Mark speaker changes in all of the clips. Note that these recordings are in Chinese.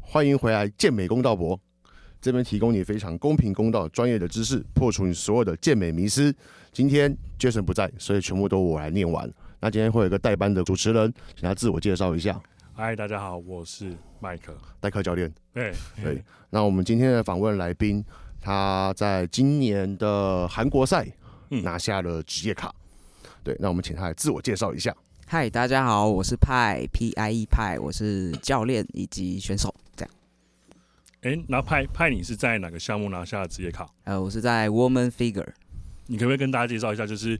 Speaker 1: 欢迎回来，健美公道博，这边提供你非常公平、公道、专业的知识，破除你所有的健美迷思。今天 Jason 不在，所以全部都我来念完。那今天会有一个代班的主持人，请他自我介绍一下。
Speaker 2: 嗨，大家好，我是麦克。哎
Speaker 1: 代课教练。
Speaker 2: 对，
Speaker 1: 对，那我们今天的访问来宾，他在今年的韩国赛
Speaker 2: 嗯
Speaker 1: 拿下了职业卡。对，那我们请他来自我介绍一下。
Speaker 3: 嗨，大家好，我是派 P I E 派，我是教练以及选手，这样。
Speaker 2: 哎，那派派你是在哪个项目拿下的职业卡？
Speaker 3: 呃，我是在 Woman Figure，
Speaker 2: 你可不可以跟大家介绍一下，就是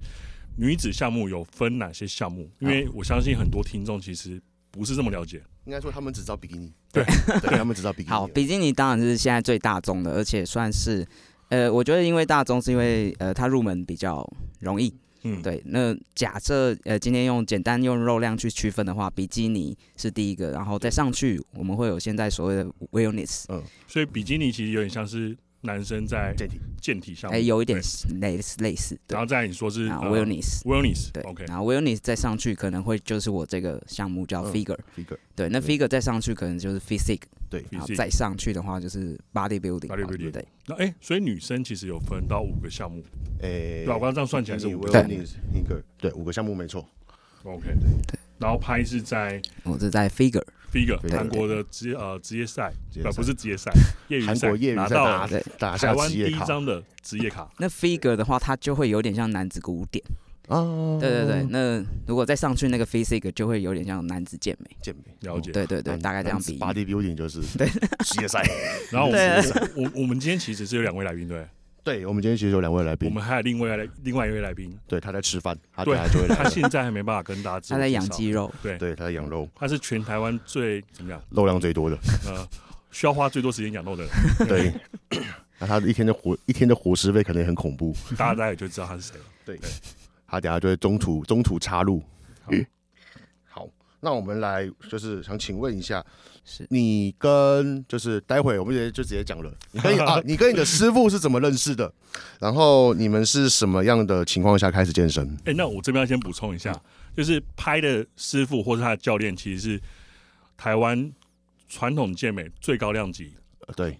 Speaker 2: 女子项目有分哪些项目？因为我相信很多听众其实不是这么了解。
Speaker 1: 应该说他们只知道比基尼，
Speaker 2: 对
Speaker 1: 对，他们只知道比基尼。
Speaker 3: 好，比基尼当然是现在最大宗的，而且算是，呃，我觉得因为大宗是因为呃它入门比较容易，
Speaker 2: 嗯，
Speaker 3: 对。那假设呃今天用简单用肉量去区分的话，比基尼是第一个，然后再上去我们会有现在所谓的 Wellness，
Speaker 2: 所以比基尼其实有点像是男生在
Speaker 1: 健体，
Speaker 2: 健体项
Speaker 3: 哎、
Speaker 2: 目，
Speaker 3: 有一点
Speaker 2: 对
Speaker 3: 类似类似，对
Speaker 2: 然，后再你说是
Speaker 3: 啊
Speaker 2: 呃
Speaker 3: Wellness。
Speaker 2: wellness，
Speaker 3: 对
Speaker 2: o k
Speaker 3: 然后 Wellness 再上去可能会就是我这个项目叫
Speaker 1: 嗯
Speaker 3: Figure，、
Speaker 1: 一个
Speaker 3: 对，那
Speaker 1: 对
Speaker 3: figure 再上去可能就是 physique，
Speaker 1: 对
Speaker 3: 然后
Speaker 2: Physique
Speaker 3: 再上去的话就是 bodybuilding，嘛
Speaker 2: Bodybuilding
Speaker 3: 对不对？
Speaker 2: 那哎，所以女生其实有分到五个项目，
Speaker 1: 诶，
Speaker 2: 对吧？我刚刚这样算起来是五个
Speaker 3: 对
Speaker 2: 项目
Speaker 1: 一个对五个项目没错，
Speaker 2: ，OK。然后拍是在
Speaker 3: 我是哦在 figure，
Speaker 2: figure
Speaker 1: 对
Speaker 2: 韩国的职业呃职业赛，
Speaker 1: 职业
Speaker 2: 呃
Speaker 1: 赛
Speaker 2: 不是职 业赛，业余
Speaker 1: 韩
Speaker 2: 赛
Speaker 1: 国业余
Speaker 2: 拿
Speaker 1: 赛
Speaker 2: 到了
Speaker 1: 打
Speaker 3: 对
Speaker 1: 打
Speaker 2: 台
Speaker 1: 下
Speaker 2: 湾
Speaker 1: 职
Speaker 2: 第
Speaker 1: 业
Speaker 2: 一
Speaker 1: 卡
Speaker 2: 张的职业卡，
Speaker 3: 那 figure 的话，它就会有点像男子古典，
Speaker 2: 哦
Speaker 1: 啊，
Speaker 3: 对对对。那如果再上去那个 physique 就会有点像男子健美，
Speaker 1: 健美
Speaker 2: 了解。
Speaker 3: 对对对，大概这样比喻。
Speaker 1: ，body building 就是职业赛。
Speaker 2: 然后我
Speaker 3: 对啊
Speaker 2: 们我我们今天其实是有两位来宾，对，
Speaker 1: 对，我们今天其实有两位来
Speaker 2: 我
Speaker 1: 宾，
Speaker 2: 们还有另外来另外一位来宾，
Speaker 1: 啊对，他在吃饭，他等
Speaker 2: 对
Speaker 1: 下就会来
Speaker 2: 他
Speaker 1: 了，
Speaker 2: 现在还没办法跟大家自
Speaker 3: 他
Speaker 2: 我
Speaker 3: 在
Speaker 2: 介
Speaker 3: 养
Speaker 2: 绍
Speaker 3: 肌，肉，
Speaker 2: 对，
Speaker 1: 对，他在养肉，
Speaker 2: 他是全台湾最怎么样
Speaker 1: 肉量最多的，
Speaker 2: 呃需要花最多时间养肉的人，
Speaker 1: 对。 那他一天的伙一天的伙食费可能也很恐怖，
Speaker 2: 大家也就知道他是谁了。
Speaker 1: 他等下就会中途中途插入
Speaker 2: 好。
Speaker 1: 好，那我们来就是想请问一下，
Speaker 3: 是
Speaker 1: 你跟就是待会我们直接就直接讲了，你跟你啊，你跟你的师傅是怎么认识的？然后你们是什么样的情况下开始健身？
Speaker 2: 哎，那我这边要先补充一下，就是拍的师傅或是他的教练，其实是台湾传统健美最高量级
Speaker 1: 呃对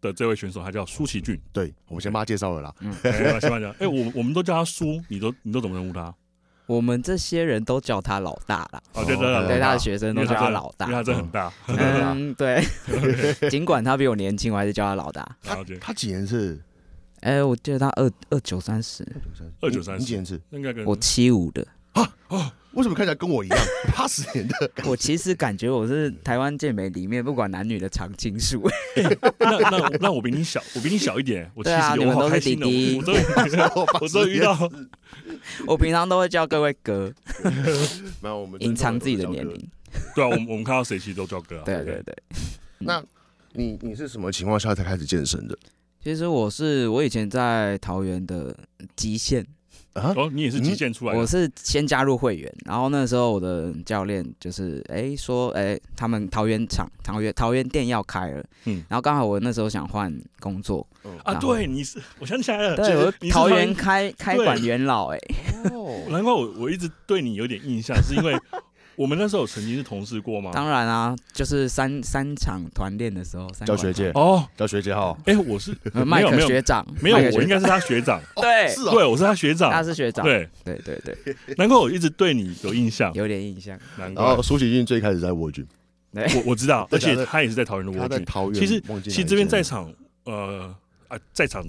Speaker 2: 的这位选手，他叫舒淇俊。
Speaker 1: 对，我们先把他介绍了啦。
Speaker 2: 哎，喜欢讲，哎，我我们都叫他叔，你都你都怎么称呼他？
Speaker 3: 我们这些人都叫他老大啦，
Speaker 2: 哦，对
Speaker 1: 哦
Speaker 2: 对
Speaker 1: 老
Speaker 3: 对
Speaker 1: 大
Speaker 3: 他的学生
Speaker 2: 因
Speaker 3: 都
Speaker 2: 为
Speaker 3: 叫
Speaker 2: 他
Speaker 3: 他
Speaker 2: 真的
Speaker 3: 老大
Speaker 2: 因为。他真的很大。
Speaker 1: 大
Speaker 3: 嗯，对， 尽管他比我年轻，我还是叫他老大。
Speaker 2: 了解，
Speaker 1: 他几年是
Speaker 3: 哎，我记得他二二九三十，
Speaker 2: 二九三
Speaker 1: 你几
Speaker 2: 四，
Speaker 1: 年是？
Speaker 2: 那个跟
Speaker 3: 嗯我七五的。
Speaker 1: 为什么看起来跟我一样？八十年的
Speaker 3: 我其实感觉我是台湾健美里面不管男女的常青树。
Speaker 2: 那那那我比你小，我比你小一点，我七
Speaker 3: 对啊
Speaker 2: 十
Speaker 3: 你
Speaker 2: 六，
Speaker 3: 们
Speaker 2: 我好
Speaker 3: 都是
Speaker 2: 开心的，
Speaker 3: 弟弟
Speaker 2: 我我终于我 终于遇到，
Speaker 3: 我平常都会叫各位哥，
Speaker 1: 没有我们
Speaker 3: 隐藏自己的年龄。
Speaker 2: 对啊，我们我们看到谁其实都叫哥啊，
Speaker 3: 对对对，
Speaker 1: 那你你是什么情况下才开始健身的
Speaker 3: 其实我是我以前在桃园的极限，
Speaker 1: 啊？
Speaker 2: 哦，你也是极限出来
Speaker 3: 嗯我
Speaker 2: 的，
Speaker 3: 是先加入会员，然后那时候我的教练就是哎、说哎、他们桃园厂桃园桃园店要开了，
Speaker 2: 嗯
Speaker 3: 嗯，然后刚好我那时候想换工作，
Speaker 2: 啊，
Speaker 3: 然后
Speaker 2: 对，你是，我想起来了，
Speaker 3: 对，我
Speaker 2: 呃你是
Speaker 3: 桃
Speaker 2: 桃
Speaker 3: 园
Speaker 2: 园
Speaker 3: 开开馆元老哎、
Speaker 1: 哦，
Speaker 2: 难怪我我一直对你有点印象，是因为我们那时候曾经是同事过吗？
Speaker 3: 当然啊，就是三三场团练的时候，三
Speaker 1: 叫学姐，
Speaker 2: 哦，
Speaker 1: 叫学姐哈。
Speaker 2: 哎，我是
Speaker 3: 馆，呃
Speaker 2: 没
Speaker 3: 麦
Speaker 2: 有
Speaker 3: 克
Speaker 2: 没有
Speaker 3: 学长，
Speaker 2: 没有
Speaker 3: 麦克，学
Speaker 2: 我应该
Speaker 3: 长
Speaker 2: 是他学 长，
Speaker 3: 对
Speaker 1: 是，
Speaker 2: 对，
Speaker 1: 哦，
Speaker 2: 我是他学
Speaker 3: 他
Speaker 2: 长，
Speaker 3: 是学长，
Speaker 2: 对，
Speaker 3: 对对对，
Speaker 2: 难怪我一直对你有印象，
Speaker 3: 有点印象，哦
Speaker 2: 难怪
Speaker 1: 然后苏启俊最开始在沃郡，
Speaker 2: 我我知道，而
Speaker 1: 对
Speaker 2: 且
Speaker 1: 假的
Speaker 2: 他也是在桃园的
Speaker 1: 他
Speaker 2: 蜗
Speaker 1: 在
Speaker 2: 居。
Speaker 1: 桃园。
Speaker 2: 其实
Speaker 1: 忘记哪
Speaker 2: 其实
Speaker 1: 一
Speaker 2: 这边在
Speaker 1: 间嗯
Speaker 2: 场，呃啊，在场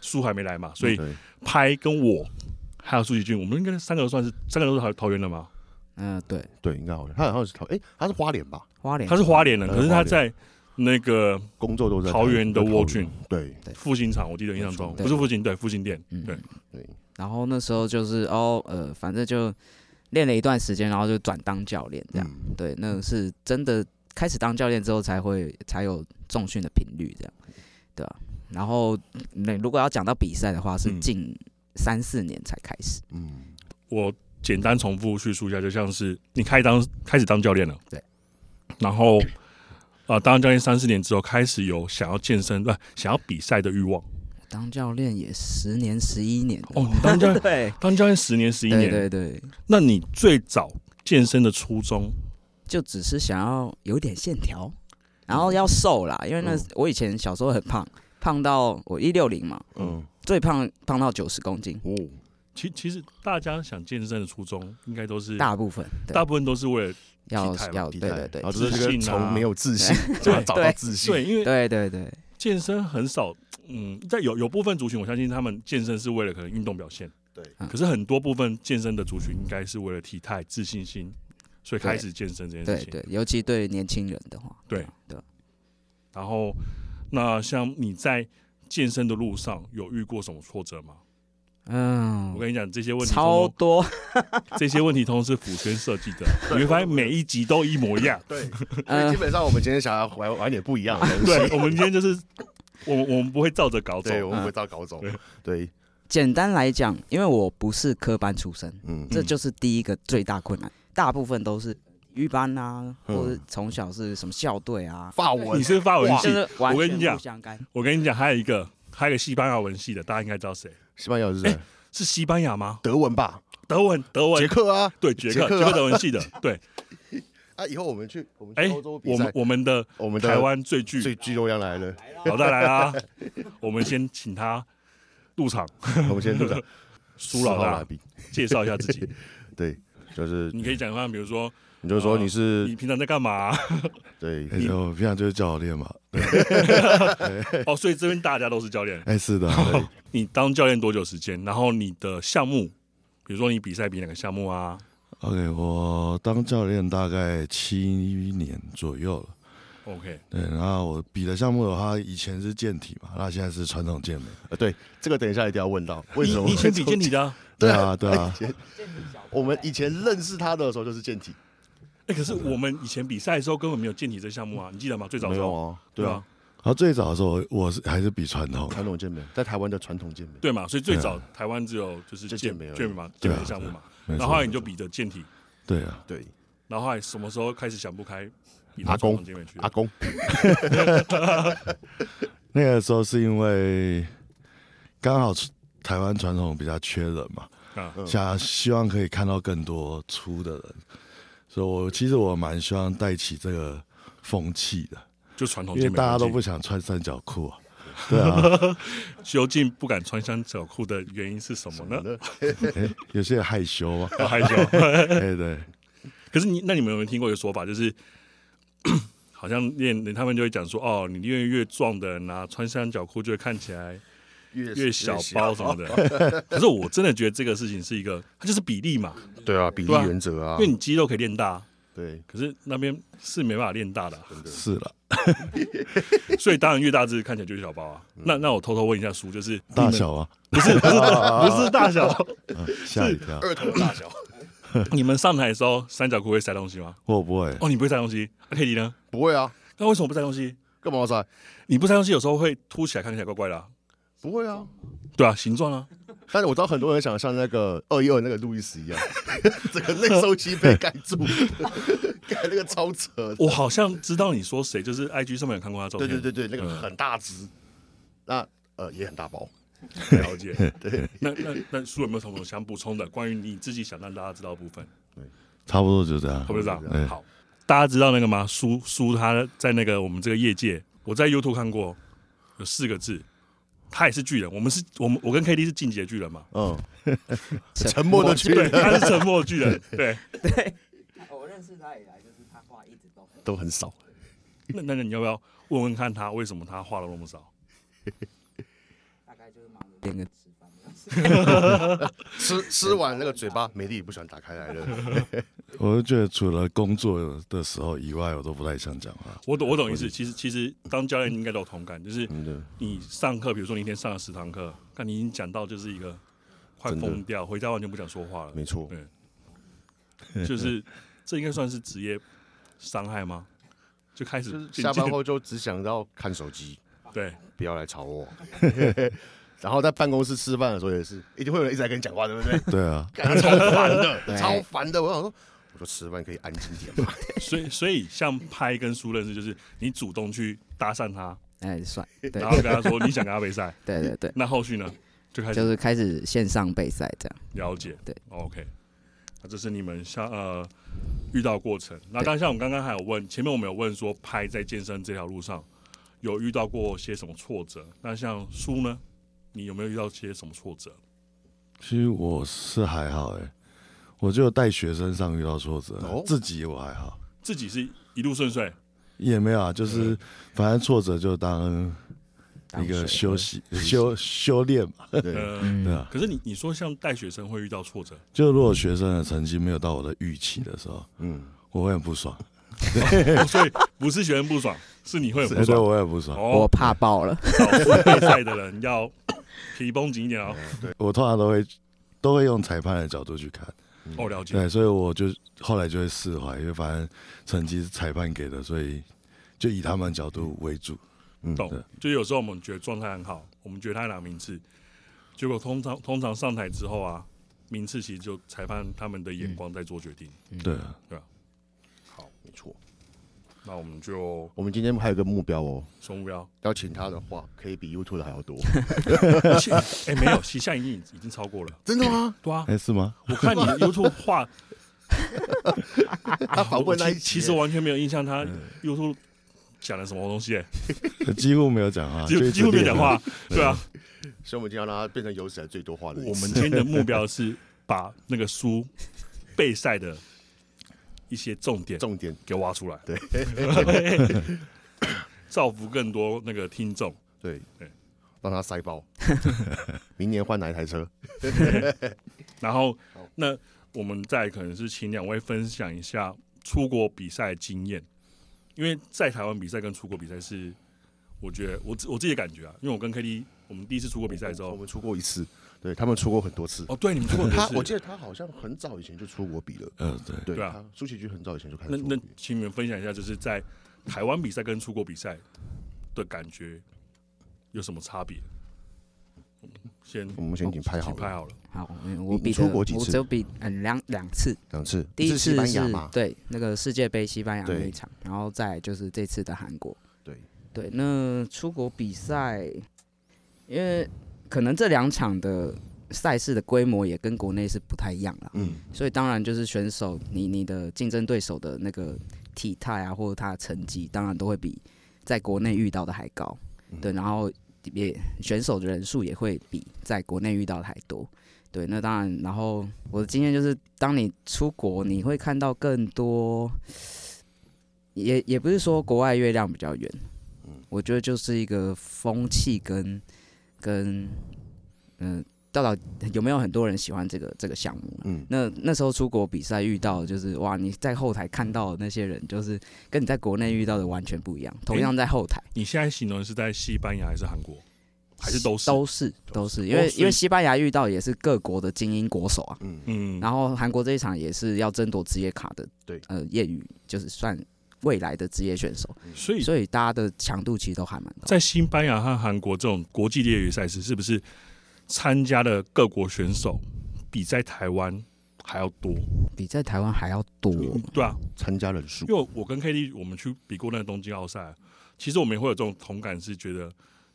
Speaker 2: 叔还没来嘛，所以
Speaker 1: 对
Speaker 2: 拍跟我还有舒淇君，我们应该三个算是三个都是桃桃园的嘛。
Speaker 3: 嗯、对，
Speaker 1: 对应该好像他好像是桃哎，他是花莲吧？
Speaker 3: 花莲
Speaker 2: 他是花莲人，
Speaker 1: 嗯
Speaker 2: 可是他在那个
Speaker 1: 工作都在
Speaker 2: 桃园的沃郡。
Speaker 1: 对
Speaker 2: 复兴厂，我记得印象中
Speaker 3: 对
Speaker 2: 不是复兴，对复兴店，
Speaker 3: 嗯
Speaker 2: 对，
Speaker 1: 对，
Speaker 3: 然后那时候就是哦，呃，反正就练了一段时间，然后就转当教练这样。
Speaker 1: 嗯
Speaker 3: 对，那是真的开始当教练之后才会才有重训的频率这样，对吧、然后那如果要讲到比赛的话，是
Speaker 2: 嗯
Speaker 3: 近三四年才开始。
Speaker 1: 嗯，
Speaker 2: 我简单重复叙述一下，就像是你开当开始当教练了，
Speaker 3: 对，
Speaker 2: 然后啊，当教练三四年之后，开始有想要健身，不、想要比赛的欲望。
Speaker 3: 当教练也十年十一年了，
Speaker 2: 哦，你当 教练
Speaker 3: 对
Speaker 2: 当教练十年十一
Speaker 3: 对
Speaker 2: 年，
Speaker 3: 对对，
Speaker 2: 那你最早健身的初衷嗯
Speaker 3: 就只是想要有点线条，然后要瘦啦，因为那
Speaker 1: 嗯
Speaker 3: 我以前小时候很胖，胖到我一六零嘛，
Speaker 1: 嗯，
Speaker 3: 最胖胖到九十公斤，
Speaker 1: 哦，
Speaker 2: 其其实大家想健身的初衷，应该都是
Speaker 3: 大部分对
Speaker 2: 大部分都是为了
Speaker 3: 要
Speaker 2: 体态嘛
Speaker 3: 要
Speaker 1: 体
Speaker 3: 对
Speaker 1: 态
Speaker 3: 对对
Speaker 1: 然后这是
Speaker 2: 自
Speaker 1: 个
Speaker 2: 信啊
Speaker 1: 从没有自 信，就要找到
Speaker 3: 对
Speaker 1: 自信，
Speaker 2: 对，因为
Speaker 3: 对对对，
Speaker 2: 健身很少，嗯，在有有部分族群，我相信他们健身是为了可能运动表现，
Speaker 1: 对
Speaker 3: 嗯
Speaker 2: 可是很多部分健身的族群，应该是为了体态、自信心，所以开始健身这件
Speaker 3: 对
Speaker 2: 事情。
Speaker 3: 对，尤其对年轻人的话，
Speaker 2: 对
Speaker 3: 啊对啊，
Speaker 2: 然后，那像你在健身的路上有遇过什么挫折吗？我
Speaker 3: 嗯，
Speaker 2: 跟你讲，这些问题
Speaker 3: 超
Speaker 2: 通
Speaker 3: 多，
Speaker 2: 通这些问题通通是辅圈设计的，你会发现每一集都一模一样。
Speaker 1: 对，因为
Speaker 3: 呃
Speaker 1: 基本上我们今天想要玩玩点不一样的东西，
Speaker 2: 对，我们今天就是我们我们不会照着稿走，
Speaker 1: 对，我们不知道搞走，对，
Speaker 3: 简单来讲，因为我不是科班出身，
Speaker 1: 嗯，
Speaker 3: 这就是第一个最大困难，大部分都是预班啊，
Speaker 1: 嗯
Speaker 3: 或者从小是什么校队啊，
Speaker 1: 法文
Speaker 2: 你是法文系
Speaker 3: 就，是完
Speaker 2: 我跟你
Speaker 3: 全
Speaker 2: 讲
Speaker 3: 不相干。
Speaker 2: 我跟你讲，还有一个还有一个西班牙文系的，大家应该知道谁。
Speaker 1: 西班牙是谁
Speaker 2: 哎是西班牙吗？
Speaker 1: 德文吧，
Speaker 2: 德文，德文
Speaker 1: 捷，克啊
Speaker 2: 对，捷
Speaker 1: 捷
Speaker 2: 克，
Speaker 1: 克啊
Speaker 2: 捷克德文系的， 对，
Speaker 1: 啊！以后我们去我们
Speaker 2: 哎
Speaker 1: 去欧洲，比
Speaker 2: 我们
Speaker 1: 赛，
Speaker 2: 我们的
Speaker 1: 我们的
Speaker 2: 台湾最具
Speaker 1: 最巨流量来了，
Speaker 2: 老大来啦， 我们先请他入场
Speaker 1: 我们先入场，
Speaker 2: 苏老大
Speaker 1: 四号来宾，
Speaker 2: 介绍一下自 己。
Speaker 1: 对，就是
Speaker 2: 你可以讲一下，比如说
Speaker 1: 你就说哦
Speaker 2: 呃
Speaker 1: 你是
Speaker 2: 你平常在 干嘛？
Speaker 1: 对
Speaker 4: 哎、我平常就是教练嘛。
Speaker 2: 哦，所以这边大家都是教练。
Speaker 4: 哎、是的，
Speaker 2: 你当教练多久时间？然后你的项目，比如说你比赛比哪个项目啊？
Speaker 4: OK，我当教练大概七年左右了。
Speaker 2: OK，
Speaker 4: 对，然后我比的项目的话，以前是健体嘛，那现在是传统健美。
Speaker 1: 呃对，这个等一下一定要问到，为
Speaker 2: 你
Speaker 1: 什么
Speaker 2: 你 以前
Speaker 1: 会
Speaker 2: 比
Speaker 1: 从
Speaker 2: 健体的啊，
Speaker 4: 对啊，对啊，
Speaker 1: 哎我们以前认识他的时候就是健体，
Speaker 2: 哎，可是我们以前比赛的时候根本没有健体这项目啊，你记得吗？最早的时候，
Speaker 1: 啊，
Speaker 2: 对啊，，
Speaker 4: 然后最早的时候，我是还是比传统。
Speaker 1: 传统健美，在台湾的传统健美，
Speaker 2: 对嘛，所以最早台湾只有就是
Speaker 1: 就
Speaker 2: 健
Speaker 1: 健美而已
Speaker 2: 健美嘛，健
Speaker 4: 对啊
Speaker 2: 美项目嘛，
Speaker 4: 没
Speaker 2: 然
Speaker 4: 错
Speaker 2: 后后来你就比着健体，
Speaker 4: 对啊，
Speaker 1: 对，
Speaker 2: 然后后来什么时候开始想不开，比到
Speaker 1: 阿公
Speaker 2: 传统健美去了？
Speaker 1: 阿公，
Speaker 4: 那个时候是因为刚好台湾传统比较缺人嘛，
Speaker 2: 啊，
Speaker 1: 嗯
Speaker 4: 想希望可以看到更多粗的人，所以我其实我蛮希望带起这个风气的。
Speaker 2: 就传统
Speaker 4: 因
Speaker 2: 哦
Speaker 4: 为
Speaker 2: 健美环境，
Speaker 4: 大家都不想穿三角裤啊。对啊，
Speaker 2: 究竟不敢穿三角裤的原因是什么
Speaker 1: 嗯
Speaker 2: 呢？
Speaker 4: 诶有些人害 羞啊。
Speaker 2: 好害羞。
Speaker 4: 哎，对，
Speaker 2: 可是你，那你们有没有听过一个说法，就是 好像练他们就会讲说，哦，你越越壮的人啊，穿三角裤就会看起来
Speaker 1: 越
Speaker 2: 越小包什么 的。可是我真的觉得这个事情是一个，它就是比例嘛，
Speaker 1: 对啊，比例
Speaker 2: 对啊
Speaker 1: 原则啊
Speaker 2: 因为，你肌肉可以练大，
Speaker 1: 对，
Speaker 2: 可是那边是没办法练大的啊、
Speaker 4: 是了，
Speaker 2: 所以当然越大只看起来就是小包啊。那那我偷偷问一下叔，就是
Speaker 4: 大小啊，
Speaker 2: 不是大小，
Speaker 4: 吓一跳。
Speaker 1: 二头大小，
Speaker 2: 你们上台的时候三角裤会塞东西吗？
Speaker 4: 我不会，
Speaker 2: 哦，你不会塞东西，啊、k D 呢？
Speaker 1: 不会啊，
Speaker 2: 那为什么不塞东西？
Speaker 1: 干嘛要塞？
Speaker 2: 你不塞东西有时候会凸起来，看起来怪怪的、啊。
Speaker 1: 不会啊，
Speaker 2: 对啊，形状啊，
Speaker 1: 但是我知道很多人想像那个二一二那个路易斯一样， 整个内收肌被盖住， 盖那个超扯的。
Speaker 2: 我好像知道你说谁，就是 IG 上面有看过他照
Speaker 1: 对
Speaker 2: 片。
Speaker 1: 对对对，那个很大只，那呃也很大包。
Speaker 2: 对，了解。对，那那那叔有没有什么想补充的关于你自己想让大家知道的部分？
Speaker 4: 差不多就这样哎
Speaker 2: 好。不知道
Speaker 4: 对。
Speaker 2: 好，哎大家知道那个吗？叔叔他在那个我们这个业界，我在 YouTube 看过，有四个字，他也是巨人。我们是我们我跟 KD 是进阶巨人嘛？
Speaker 1: 嗯，
Speaker 3: 沉
Speaker 1: 沉默的巨
Speaker 2: 对，
Speaker 1: 人
Speaker 2: 他是沉默巨人。对，
Speaker 3: 我认识他以来，就是他话一直都
Speaker 1: 都很少。
Speaker 2: 那那你要不要问问看他为什么他话都那么少？
Speaker 3: 大概就是忙着练个吃饭。
Speaker 1: 吃吃完那个嘴巴，美丽不喜欢打开来了。
Speaker 4: 我就觉得除了工作的时候以外，我都不太想讲啊 话。
Speaker 2: 我懂，我懂意思。其实，其实当教练应该都有同感，就是
Speaker 1: 真的，
Speaker 2: 你上课，比如说你一天上了十堂课，看你已经讲到就是一个快
Speaker 1: 真的
Speaker 2: 疯掉，回家完全不想说话了，
Speaker 1: 没错。
Speaker 2: 就是这应该算是职业伤害吗？就开始
Speaker 1: 就是
Speaker 2: 渐
Speaker 1: 下班
Speaker 2: 渐
Speaker 1: 后就只想到看手机，
Speaker 2: 对，
Speaker 1: 不要来吵我。 然后在办公室吃饭的时候也是，一定会有人一直在跟你讲话，对不 对？
Speaker 4: 对啊，
Speaker 1: 感觉超烦的，
Speaker 3: 对
Speaker 1: 超烦的。我想说，我说吃饭可以安静点嘛。
Speaker 2: 所 以所以像拍跟苏认识，就是你主动去搭讪他，
Speaker 3: 哎，算对
Speaker 2: 然后跟他说你想跟他比赛，
Speaker 3: 对对对，
Speaker 2: 那后续呢就开始
Speaker 3: 就是开始线上备赛这样。
Speaker 2: 了解，
Speaker 3: 对
Speaker 2: ，OK。那这是你们下呃遇到过程。那刚像我们刚刚还有问，前面我们有问说拍在健身这条路上有遇到过些什么挫折？那像书呢，你有没有遇到些什么挫折？
Speaker 4: 其实我是还好哎、我就带学生上遇到挫折，啊
Speaker 1: 哦
Speaker 4: 自己我还好，
Speaker 2: 自己是一路顺遂，
Speaker 4: 也没有啊，就是反正挫折就当一个休息修修炼嘛，
Speaker 1: 对，
Speaker 2: 呃，
Speaker 3: 嗯
Speaker 4: 对啊。
Speaker 2: 可是你你说像带学生会遇到挫折，
Speaker 4: 就如果学生的成绩没有到我的预期的时候，
Speaker 1: 嗯，
Speaker 4: 我会很不爽，
Speaker 2: 哦所以不是学生不爽，是你会很
Speaker 4: 哎
Speaker 2: 不
Speaker 4: 对，
Speaker 2: 爽。
Speaker 4: 我也不爽。
Speaker 2: 哦
Speaker 3: 我，怕爆了，
Speaker 2: 老师备赛的人要皮绷紧一点哦。
Speaker 4: 我通常都会都会用裁判的角度去看，
Speaker 2: 哦，了解。
Speaker 4: 对，所以我就后来就会释怀，因为反正成绩是裁判给的，所以就以他们角度为主。
Speaker 2: 懂
Speaker 4: 对，
Speaker 2: 就有时候我们觉得状态很好，我们觉得他拿名次，结果通常通常上台之后啊，名次其实就裁判他们的眼光在做决定。
Speaker 4: 对啊，
Speaker 1: 好，没错。
Speaker 2: 那我们就
Speaker 1: 我们今天还有一个目标哦，
Speaker 2: 说目标，
Speaker 1: 要请他的话，可以比 YouTube 的还要 多。
Speaker 2: 而且哎、没有，其实现在已经已经超过了。
Speaker 1: 真的 吗？
Speaker 2: 对啊，
Speaker 4: 哎、是 吗？
Speaker 2: 我看你 YouTube 画，
Speaker 1: 他访
Speaker 2: 我
Speaker 1: 问那一
Speaker 2: 其
Speaker 1: 集
Speaker 2: 其实我完全没有印象他
Speaker 4: 嗯
Speaker 2: YouTube 讲了什么东西、哎
Speaker 4: 几乎没有讲啊话，就
Speaker 2: 几
Speaker 4: 一
Speaker 2: 乎
Speaker 4: 直
Speaker 2: 几乎没有讲
Speaker 4: 练嗯
Speaker 2: 话。对啊，
Speaker 1: 所以我们今天要让他变成有史以来最多话的一次。
Speaker 2: 我们今天的目标是把那个书备赛的一些重点
Speaker 1: 重点
Speaker 2: 给挖出来，对， 造福更多那个听众。
Speaker 1: 对
Speaker 2: 对，
Speaker 1: 让他塞 爆。明年换哪一台车？
Speaker 2: 然后，那我们再可能是请两位分享一下出国比赛经验，因为在台湾比赛跟出国比赛是，我觉得我自我自己的感觉啊，因为我跟 K D 我们第一次出国比赛之
Speaker 1: 我
Speaker 2: 后，
Speaker 1: 们出过一次，对他们出过很多次。
Speaker 2: 哦，对，你们出国
Speaker 1: 他我
Speaker 2: 比
Speaker 1: 记
Speaker 2: 赛，
Speaker 1: 得他好像很早以前就出国比了，
Speaker 4: 嗯、对。
Speaker 1: 对
Speaker 2: 对啊
Speaker 1: 他舒淇君很早以前就开始
Speaker 2: 那
Speaker 1: 出国
Speaker 2: 那
Speaker 1: 比。
Speaker 2: 请你们分享一下，就是在台湾比赛跟出国比赛的感觉有什么差别？先哦
Speaker 1: 我们先已经拍好
Speaker 2: 请拍
Speaker 1: 了
Speaker 2: 好了，
Speaker 3: 好，嗯我
Speaker 1: 你
Speaker 3: 比
Speaker 1: 出
Speaker 3: 的
Speaker 1: 国几
Speaker 3: 我
Speaker 1: 次
Speaker 3: 只有比嗯两两次，
Speaker 1: 两次，
Speaker 3: 第一
Speaker 1: 次西
Speaker 3: 次
Speaker 1: 班牙
Speaker 3: 是
Speaker 1: 嘛，
Speaker 3: 对那个世界杯西班牙
Speaker 1: 对
Speaker 3: 那一场，然后再就是这次的韩国。
Speaker 1: 对
Speaker 3: 对，那出国比赛，因为可能这两场的赛事的规模也跟国内是不太一样啦，
Speaker 1: 嗯，
Speaker 3: 所以当然就是选手你你的竞争对手的那个体态啊，或者他的成绩，当然都会比在国内遇到的还高。
Speaker 1: 嗯
Speaker 3: 对，然后也选手的人数也会比在国内遇到的还多。对，那当然，然后我的经验就是，当你出国，
Speaker 2: 嗯
Speaker 3: 你会看到更多，也也不是说国外月亮比较圆，
Speaker 2: 嗯
Speaker 3: 我觉得就是一个风气跟跟嗯、到底有没有很多人喜欢这个这个项目、
Speaker 1: 嗯
Speaker 3: 嗯，那那时候出国比赛遇到的就是哇，你在后台看到的那些人，就是跟你在国内遇到的完全不一样。同样在后台。
Speaker 2: 你现在形容是在西班牙还是韩国，还是都是？
Speaker 3: 都是都是，因
Speaker 2: 哦
Speaker 3: 为
Speaker 2: 所以
Speaker 3: 因为西班牙遇到也是各国的精英国手啊，
Speaker 2: 嗯，
Speaker 3: 然后韩国这一场也是要争夺职业卡的，
Speaker 1: 对
Speaker 3: 呃，业余就是算未来的职业选手，
Speaker 2: 所以
Speaker 3: 所以大家的强度其实都还蛮
Speaker 2: 嗯
Speaker 3: 高。
Speaker 2: 在西班牙和韩国这种国际业余赛事，是不是参加的各国选手比在台湾还要多？
Speaker 3: 比在台湾还要多，
Speaker 2: 对啊，
Speaker 1: 参加人数
Speaker 2: 因为我跟 K D 我们去比过那个东京奥赛，啊其实我们也会有这种同感，是觉得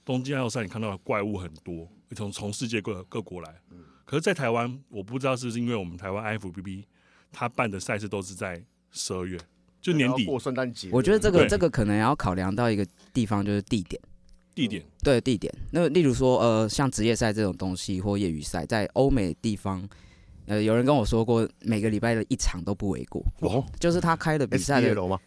Speaker 2: 东京奥赛你看到的怪物很多，从从世界各各国来。可是，在台湾，我不知道是不是因为我们台湾 IFBB 他办的赛事都是在十二月，就年
Speaker 1: 要
Speaker 2: 底
Speaker 1: 过圣诞节，
Speaker 3: 我觉得这个
Speaker 2: 对
Speaker 3: 这个可能也要考量到一个地方，就是地点。
Speaker 2: 地点。
Speaker 3: 对地点，那例如说，呃，像职业赛这种东西或业余赛，在欧美地方，呃，有人跟我说过，每个礼拜的一场都不为过。
Speaker 1: 哦
Speaker 3: 就是他开的比
Speaker 1: ，S
Speaker 3: 赛
Speaker 1: B
Speaker 3: 的
Speaker 1: 楼吗？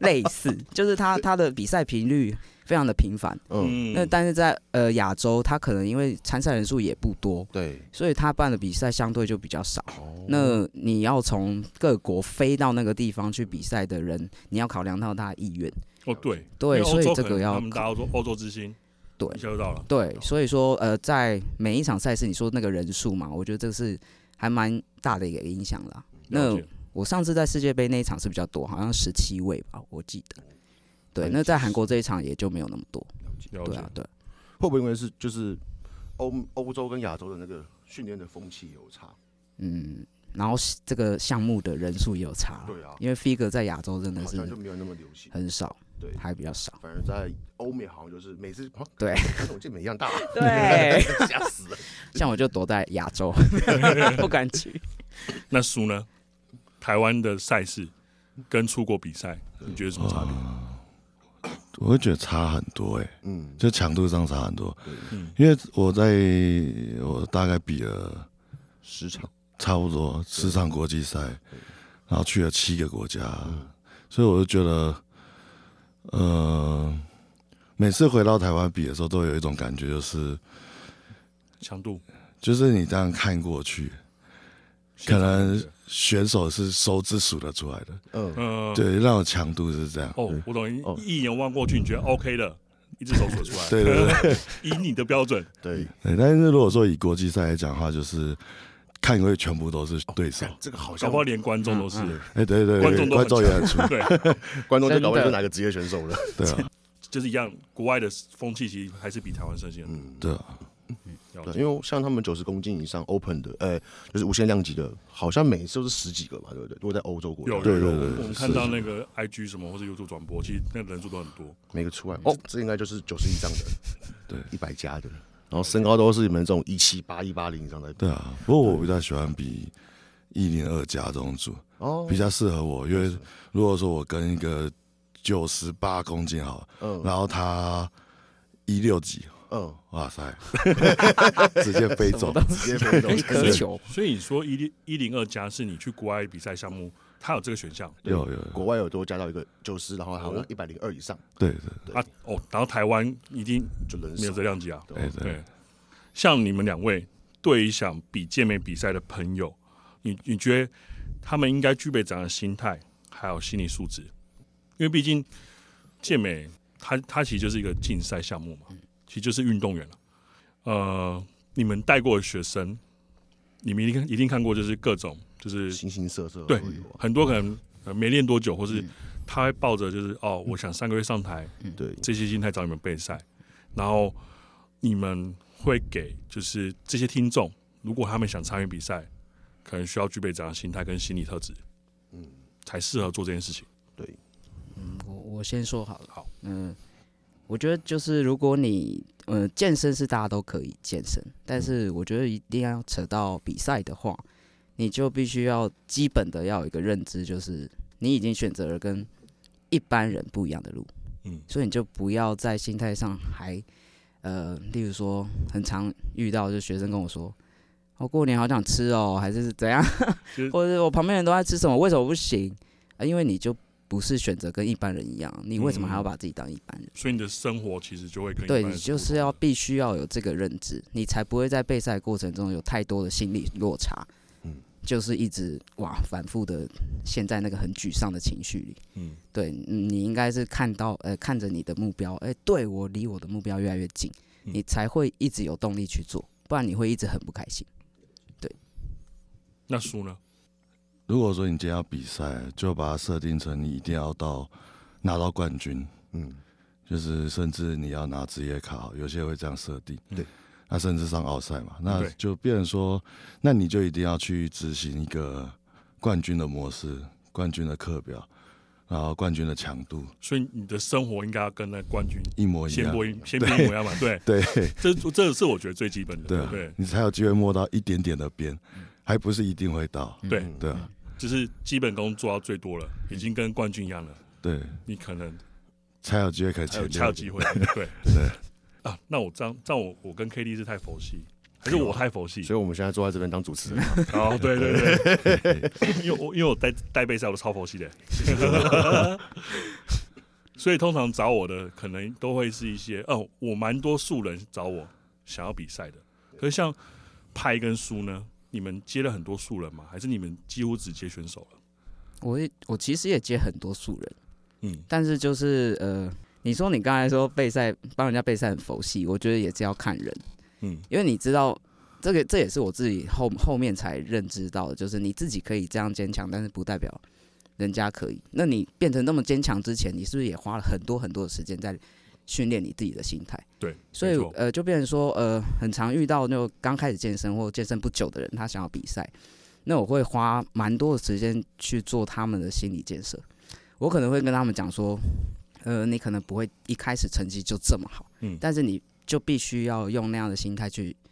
Speaker 3: 类似，就是他他的比赛频率非常的频繁。
Speaker 1: 嗯，
Speaker 2: 嗯
Speaker 3: 那但是在呃亚洲，他可能因为参赛人数也不多，
Speaker 1: 对，
Speaker 3: 所以他办的比赛相对就比较少。
Speaker 1: 哦
Speaker 3: 那你要从各国飞到那个地方去比赛的人，你要考量到他的意愿。
Speaker 2: 哦对
Speaker 3: 对，
Speaker 2: 因为欧
Speaker 3: 所以
Speaker 2: 洲
Speaker 3: 这
Speaker 2: 可
Speaker 3: 个
Speaker 2: 能
Speaker 3: 要
Speaker 2: 他们大
Speaker 3: 考
Speaker 2: 家说欧洲之星，
Speaker 3: 对
Speaker 2: 一下就到了。
Speaker 3: 对，所以说呃，在每一场赛事，你说那个人数嘛，我觉得这是还蛮大的一个影响啦。那
Speaker 2: 了解
Speaker 3: 我上次在世界杯那一场是比较多，好像十七位吧，我记得。对，
Speaker 1: 嗯
Speaker 3: 那在韩国这一场也就没有那么多。
Speaker 2: 哎了
Speaker 3: 对
Speaker 2: 解
Speaker 3: 啊，对，
Speaker 1: 会不会因为是就是欧欧洲跟亚洲的那个训练的风气有差？
Speaker 3: 嗯，然后这个项目的人数也有差啦。
Speaker 1: 对啊，
Speaker 3: 因为 figure 在亚洲真的
Speaker 1: 好像就是没有那么流行。
Speaker 3: 很少，
Speaker 1: 对，
Speaker 3: 还比较少。
Speaker 1: 反而在欧美好像就是每次好像
Speaker 3: 对
Speaker 1: 跟董健美一样大，
Speaker 3: 对，
Speaker 1: 吓死了。
Speaker 3: 像我就躲在亚洲，不敢去。
Speaker 2: 那输呢？台湾的赛事跟出国比赛，你觉得什么差别？
Speaker 4: 我会觉得差很多哎、
Speaker 1: 嗯，
Speaker 4: 就强度上差很多
Speaker 2: 嗯，
Speaker 4: 因为我在我大概比了
Speaker 1: 时长
Speaker 4: 差不多十场国际赛，
Speaker 2: 嗯
Speaker 4: 然后去了七个国家，所以我就觉得，呃，每次回到台湾比的时候，都有一种感觉，就是
Speaker 2: 强度
Speaker 4: 就是你这样看过去，可能选手是手指数得出来的，
Speaker 1: 嗯，
Speaker 2: 呃，
Speaker 4: 对，那种强度是这样。
Speaker 2: 哦，我懂，
Speaker 1: 哦
Speaker 2: 一一眼望过去，你觉得 OK 了，一只手数出来，
Speaker 4: 对对
Speaker 2: 对， 以你的标 准，
Speaker 1: 对，
Speaker 4: 对，但是如果说以国际赛来讲的话，就是看过去全部都是 对手，
Speaker 1: 干这个哦好
Speaker 2: 搞
Speaker 1: 像
Speaker 2: 不好连观众都是，
Speaker 4: 哎、对对
Speaker 2: 观
Speaker 4: 对，
Speaker 2: 众都
Speaker 4: 观众也很出，
Speaker 2: 对，
Speaker 1: 观众就
Speaker 3: 真的
Speaker 1: 搞不好是哪个职业选手了。
Speaker 4: 对 啊，
Speaker 2: 就是一样，国外的风气其实还是比台湾盛行很
Speaker 4: 对
Speaker 2: 多。
Speaker 4: 啊，
Speaker 2: 了
Speaker 1: 对，
Speaker 2: 解
Speaker 1: 因为像他们九十公斤以上 open 的，呃，就是无限量级的，好像每次都是十几个嘛，对不对？如果在欧洲国
Speaker 2: 有
Speaker 1: 家，
Speaker 2: 有
Speaker 4: 对
Speaker 2: 有
Speaker 4: 对对对
Speaker 2: 我们看到那个 IG 什么或者 YouTube 转播，其实那个人数都很多。
Speaker 1: 每个出来哦，这应该就是九十以上的，
Speaker 4: 对
Speaker 1: 一百加的，然后身高都是你们这种一七八、一八零以上在比
Speaker 4: 对啊。不过我比较喜欢比一零二加这种组，
Speaker 1: 哦，
Speaker 4: 比较适合我，因为如果说我跟一个九十八公斤好，
Speaker 1: 嗯
Speaker 4: 然后他一六几，
Speaker 1: 嗯，
Speaker 4: 哇 塞，直接飞走，
Speaker 1: 直接被动
Speaker 3: 苛求，
Speaker 2: 所以你说一零一零二加是你去国外比赛项目，它有这个选项
Speaker 4: 有有有，
Speaker 1: 国外有多加到一个九十，然后好像一百零二以上
Speaker 4: 对对，
Speaker 2: 啊。哦，然后台湾一定
Speaker 1: 就人
Speaker 2: 没有
Speaker 1: 少
Speaker 2: 这量级啊。
Speaker 4: 哎对，
Speaker 2: 对，像你们两位对于想比健美比赛的朋友，你你觉得他们应该具备怎样的心态，还有心理素质？因为毕竟健美它它其实就是一个竞赛项目
Speaker 1: 嗯
Speaker 2: 嘛，其实就是运动员了。呃，你们带过的学生，你们一定一定看过，就是各种就是
Speaker 1: 形形色色
Speaker 2: 对
Speaker 1: 都有啊，嗯
Speaker 2: 很多可能呃没练多久，或是他会抱着就是哦，我想上个月上台，
Speaker 1: 对，
Speaker 2: 这些心态找你们备赛，然后你们会给就是这些听众，如果他们想参与比赛，可能需要具备怎样的心态跟心理特质，
Speaker 1: 嗯，
Speaker 2: 才适合做这件事情。
Speaker 3: 我我先说好了。
Speaker 2: 好，
Speaker 3: 嗯、我觉得就是如果你呃健身是大家都可以健身，但是我觉得一定要扯到比赛的话，你就必须要基本的要有一个认知，就是你已经选择了跟一般人不一样的路，
Speaker 2: 嗯
Speaker 3: 所以你就不要在心态上还呃，例如说很常遇到就是学生跟我说。我、过年好想吃哦，还是怎样
Speaker 2: 其实？
Speaker 3: 或者我旁边人都在吃什么，为什么我不行？啊，因为你就不是选择跟一般人一样，你为什么还要把自己当一般人？
Speaker 2: 所以你的生活其实就会跟一般
Speaker 3: 对
Speaker 2: 人
Speaker 3: 你就
Speaker 2: 不同
Speaker 3: 是要必须要有这个认知，你才不会在备赛过程中有太多的心理落差。
Speaker 1: 嗯
Speaker 3: 就是一直哇反复的陷在那个很沮丧的情绪里。
Speaker 2: 嗯
Speaker 3: 对，嗯你应该是看到呃看着你的目标，哎、对我离我的目标越来越近，
Speaker 2: 嗯
Speaker 3: 你才会一直有动力去做，不然你会一直很不开心。
Speaker 2: 那输呢？
Speaker 4: 如果说你今天要比赛，就把它设定成你一定要到拿到冠军，
Speaker 1: 嗯，
Speaker 4: 就是甚至你要拿职业卡，有些会这样设定。
Speaker 1: 对，
Speaker 4: 那甚至上奥赛嘛，那
Speaker 2: 对
Speaker 4: 就变成说，那你就一定要去执行一个冠军的模式、冠军的课表，然后冠军的强度
Speaker 2: 所以你的生活应该要跟那冠军
Speaker 4: 一模一
Speaker 2: 先
Speaker 4: 样。
Speaker 2: 播一先兵一样嘛？对，
Speaker 4: 对
Speaker 2: 这这是我觉得最基本的，
Speaker 4: 对啊，
Speaker 2: 对
Speaker 4: 你才有机会摸到一点点的边，还不是一定会到。
Speaker 2: 对
Speaker 1: 嗯
Speaker 4: 对啊，
Speaker 2: 就是基本功做到最多了，已经跟冠军一样了，
Speaker 4: 对，
Speaker 2: 你可能
Speaker 4: 才有机会可以
Speaker 2: 才
Speaker 4: 前
Speaker 2: 有
Speaker 4: 六
Speaker 2: 才有机会。对
Speaker 4: 对
Speaker 2: 啊，那我这样，这样我我跟 KD 是太佛系，还是我太佛系？
Speaker 1: 所以我们现在坐在这边当主持 人，
Speaker 2: 哦，对对对，因为我因为我带带备赛我都超佛系的，所以通常找我的可能都会是一些哦，我蛮多素人找我想要比赛的，可是像拍跟书呢，你们接了很多素人吗？还是你们几乎只接选手了？
Speaker 3: 我也我其实也接很多素人，
Speaker 2: 嗯，
Speaker 3: 但是就是呃，你说你刚才说备赛帮人家备赛很佛系，我觉得也是要看人，
Speaker 2: 嗯，
Speaker 3: 因为你知道这个这也是我自己后后面才认知到的，就是你自己可以这样坚强，但是不代表人家可以。那你变成那么坚强之前，你是不是也花了很多很多的时间在训练你自己的心态？
Speaker 2: 对，
Speaker 3: 所
Speaker 2: 没
Speaker 3: 以
Speaker 2: 错
Speaker 3: 呃，就变成说呃，很常遇到那种刚开始健身或健身不久的人，他想要比赛，那我会花蛮多的时间去做他们的心理建设。我可能会跟他们讲说，呃，你可能不会一开始成绩就这么好，
Speaker 2: 嗯
Speaker 3: 但是你就必须要用那样的心态去
Speaker 2: 嗯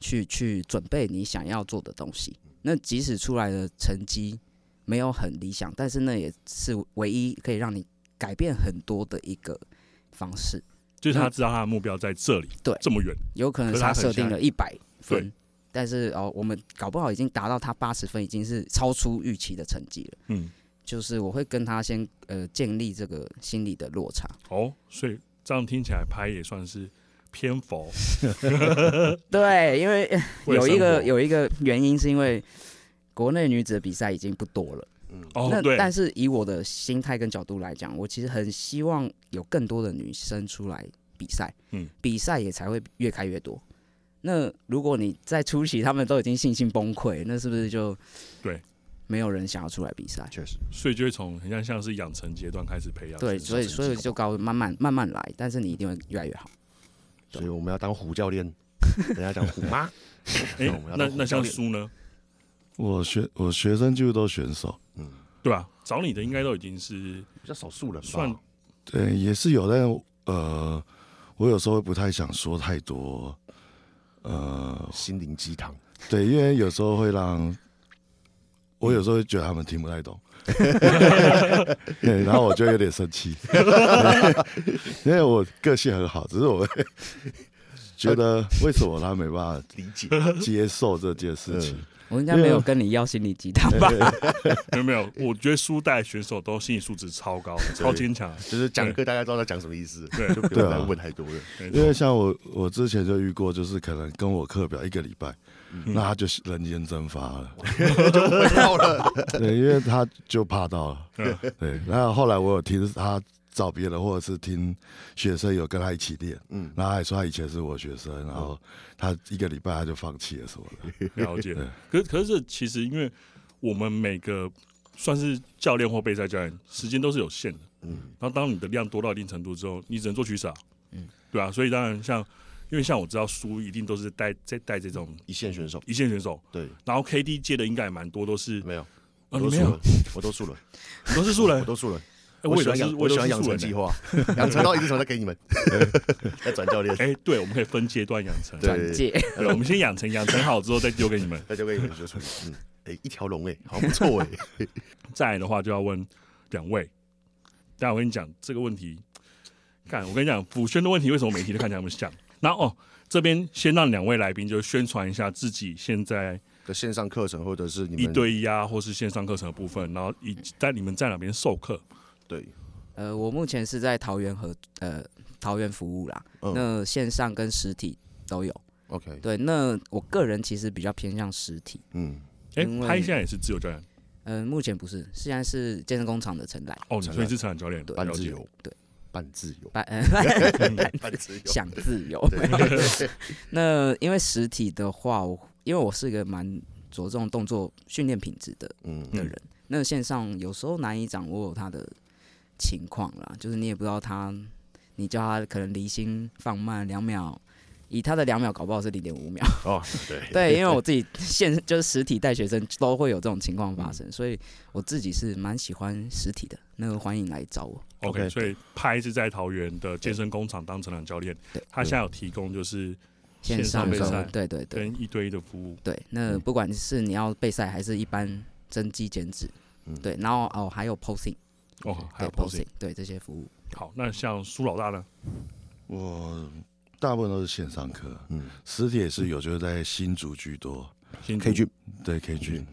Speaker 3: 去去准备你想要做的东西。那即使出来的成绩没有很理想，但是那也是唯一可以让你改变很多的一个方式。
Speaker 2: 就是他知道他的目标在这里，
Speaker 3: 对
Speaker 2: 这么远，
Speaker 3: 有可能
Speaker 2: 可
Speaker 3: 是
Speaker 2: 是他
Speaker 3: 他
Speaker 2: 很
Speaker 3: 设定
Speaker 2: 像
Speaker 3: 了一百分
Speaker 2: 对，
Speaker 3: 但是哦，我们搞不好已经达到他八十分，已经是超出预期的成绩了。
Speaker 2: 嗯，
Speaker 3: 就是我会跟他先呃建立这个心理的落差，
Speaker 2: 哦，所以这样听起来拍也算是偏佛，
Speaker 3: 对，因 为
Speaker 2: 为
Speaker 3: 有一
Speaker 2: 生
Speaker 3: 个
Speaker 2: 活
Speaker 3: 有一个原因是因为国内女子的比赛已经不多了。
Speaker 2: 哦，
Speaker 3: 那
Speaker 2: 对，
Speaker 3: 但是以我的心态跟角度来讲，我其实很希望有更多的女生出来比赛，
Speaker 2: 嗯
Speaker 3: 比赛也才会越开越多。那如果你在出席，他们都已经信心崩溃，那是不是就
Speaker 2: 对
Speaker 3: 没有人想要出来比赛？
Speaker 1: 确实，
Speaker 2: 所以就会从很像像是养成阶段开始培养，
Speaker 3: 对，
Speaker 2: 是
Speaker 3: 所以
Speaker 2: 是
Speaker 3: 所以就搞慢慢慢慢来，但是你一定会越来越好。
Speaker 1: 所以我们要当虎教 练，人家讲虎妈，
Speaker 2: 哎
Speaker 1: 我们要，
Speaker 2: 那
Speaker 1: 当
Speaker 2: 那
Speaker 1: 红
Speaker 2: 像
Speaker 1: 教练
Speaker 2: 书呢？
Speaker 4: 我学我学生几乎都选手，
Speaker 2: 对吧？找你的应该都已经是
Speaker 1: 比较少数人吧，
Speaker 2: 算
Speaker 4: 对，也是有，但呃，我有时候会不太想说太多，呃，
Speaker 1: 心灵鸡汤。
Speaker 4: 对，因为有时候会让，我有时候会觉得他们听不 太懂，对，然后我就有点生气，因为我个性很好，只 是我会觉得为什么他没办法
Speaker 1: 理解，嗯
Speaker 4: 接受这件事情。
Speaker 3: 我应该没有跟你要心理鸡汤吧？
Speaker 2: 没有没有，我觉得书带选手都心理素质超高，超坚强，
Speaker 1: 就是讲课大家知道在讲什么意思，
Speaker 2: 对
Speaker 1: 就不
Speaker 4: 对
Speaker 1: 要
Speaker 4: 啊
Speaker 1: 再问太多了。
Speaker 4: 因为像我，我之前就遇过，就是可能跟我课表一个礼拜，
Speaker 1: 嗯
Speaker 4: 那他就人间蒸发了，
Speaker 1: 到了，
Speaker 4: 对，因为他就怕到了，
Speaker 2: 嗯
Speaker 4: 对。那后来我有听他找别人，或者是听学生有跟他一起练，嗯，然后他还说他以前是我学生，然后他一个礼拜他就放弃了什么的，
Speaker 2: 了解
Speaker 1: 嗯
Speaker 4: 对。
Speaker 2: 可可是其实因为我们每个算是教练或备赛教练，时间都是有限的。嗯，然后当你的量多到一定程度之后，你只能做取舍、嗯，对啊。所以当然像，因为像我知道书一定都是带在带这种
Speaker 1: 一线选手，
Speaker 2: 一线选手，
Speaker 1: 对，
Speaker 2: 然后 KD 接的应该也蛮多，都是
Speaker 1: 没有，
Speaker 2: 哦，
Speaker 1: 我嗯
Speaker 2: 你
Speaker 1: 都
Speaker 2: 没
Speaker 1: 输
Speaker 2: 有
Speaker 1: 了，，我都输了，
Speaker 2: 都是素人
Speaker 1: 我，都输了。
Speaker 2: 哎
Speaker 1: 我
Speaker 2: 也
Speaker 1: 喜
Speaker 2: 都
Speaker 1: 欢
Speaker 2: 是
Speaker 1: 养，
Speaker 2: 我
Speaker 1: 喜
Speaker 2: 也
Speaker 1: 欢
Speaker 2: 都
Speaker 1: 养
Speaker 2: 是素
Speaker 1: 成
Speaker 2: 人
Speaker 1: 计
Speaker 2: 欸。
Speaker 1: 划， 养成到一定程度再给你 们，再转教练，
Speaker 2: 哎，对，我们可以分阶段养成。
Speaker 1: 对
Speaker 3: 转介，
Speaker 2: 对，我们先养成，养成好之后再丢给你们。
Speaker 1: 再交给你们就处理。嗯，哎，一条龙哎，好不错 哎，
Speaker 2: 再来的话就要问两位，但我跟你讲这个问题，看我跟你讲辅宣的问题，为什么每题都看起来那么像？然后哦，这边先让两位来宾就宣传一下自己现在
Speaker 1: 的线上课程或者是你
Speaker 2: 一
Speaker 1: 们
Speaker 2: 对一啊，或是线上课程的部分，然后以在你们在哪边授课？
Speaker 1: 对，
Speaker 3: 呃，我目前是在桃园和呃桃园服务啦，
Speaker 1: 嗯
Speaker 3: 那线上跟实体都有。
Speaker 1: ，OK，
Speaker 3: 对，那我个人其实比较偏向实体，
Speaker 1: 嗯，
Speaker 2: 哎
Speaker 3: 因，为
Speaker 2: 拍现在也是自由教练
Speaker 3: 嗯、目前不是，现在是健身工厂的承揽，
Speaker 2: 哦，你
Speaker 1: 承
Speaker 2: 所以
Speaker 1: 认
Speaker 2: 是成长教练，
Speaker 1: 半
Speaker 2: 了
Speaker 1: 自
Speaker 2: 解
Speaker 1: 由，
Speaker 3: 对，
Speaker 1: 半自由，
Speaker 3: 办呃
Speaker 1: 半自由，
Speaker 3: 想自由。
Speaker 1: 对，
Speaker 3: 那因为实体的话，我因为我是一个蛮着重动作训练品质的
Speaker 1: 嗯，
Speaker 3: 的人，那线上有时候难以掌握他的情况啦，就是你也不知道他，你叫他可能离心放慢两秒。以他的两秒，搞不好是零点五秒。
Speaker 1: 哦， 对，
Speaker 3: 对，因为我自己现就是实体带学生都会有这种情况发
Speaker 2: 嗯
Speaker 3: 生，所以我自己是蛮喜欢实体的。那个欢迎来找我。
Speaker 2: OK，
Speaker 1: OK
Speaker 2: 所以拍是在桃园的健身工厂当成长教练
Speaker 3: 对，
Speaker 2: 他现在有提供就是线
Speaker 3: 上
Speaker 2: 上备
Speaker 3: 的
Speaker 2: 赛
Speaker 3: 对对对
Speaker 2: 跟一对一嗯的服务。
Speaker 3: 对。那不管是你要备赛还是一般增肌减脂，对，然后哦还有 posing，
Speaker 2: 哦，嗯还
Speaker 3: 对
Speaker 2: 有 posing。
Speaker 3: posing，对这些服务。
Speaker 2: 好，那像苏老大呢？
Speaker 4: 我大部分都是线上课，
Speaker 1: 嗯
Speaker 4: 实体也是有，就是在新竹居多，
Speaker 2: 先
Speaker 1: ，K 君，
Speaker 4: 对 K 君。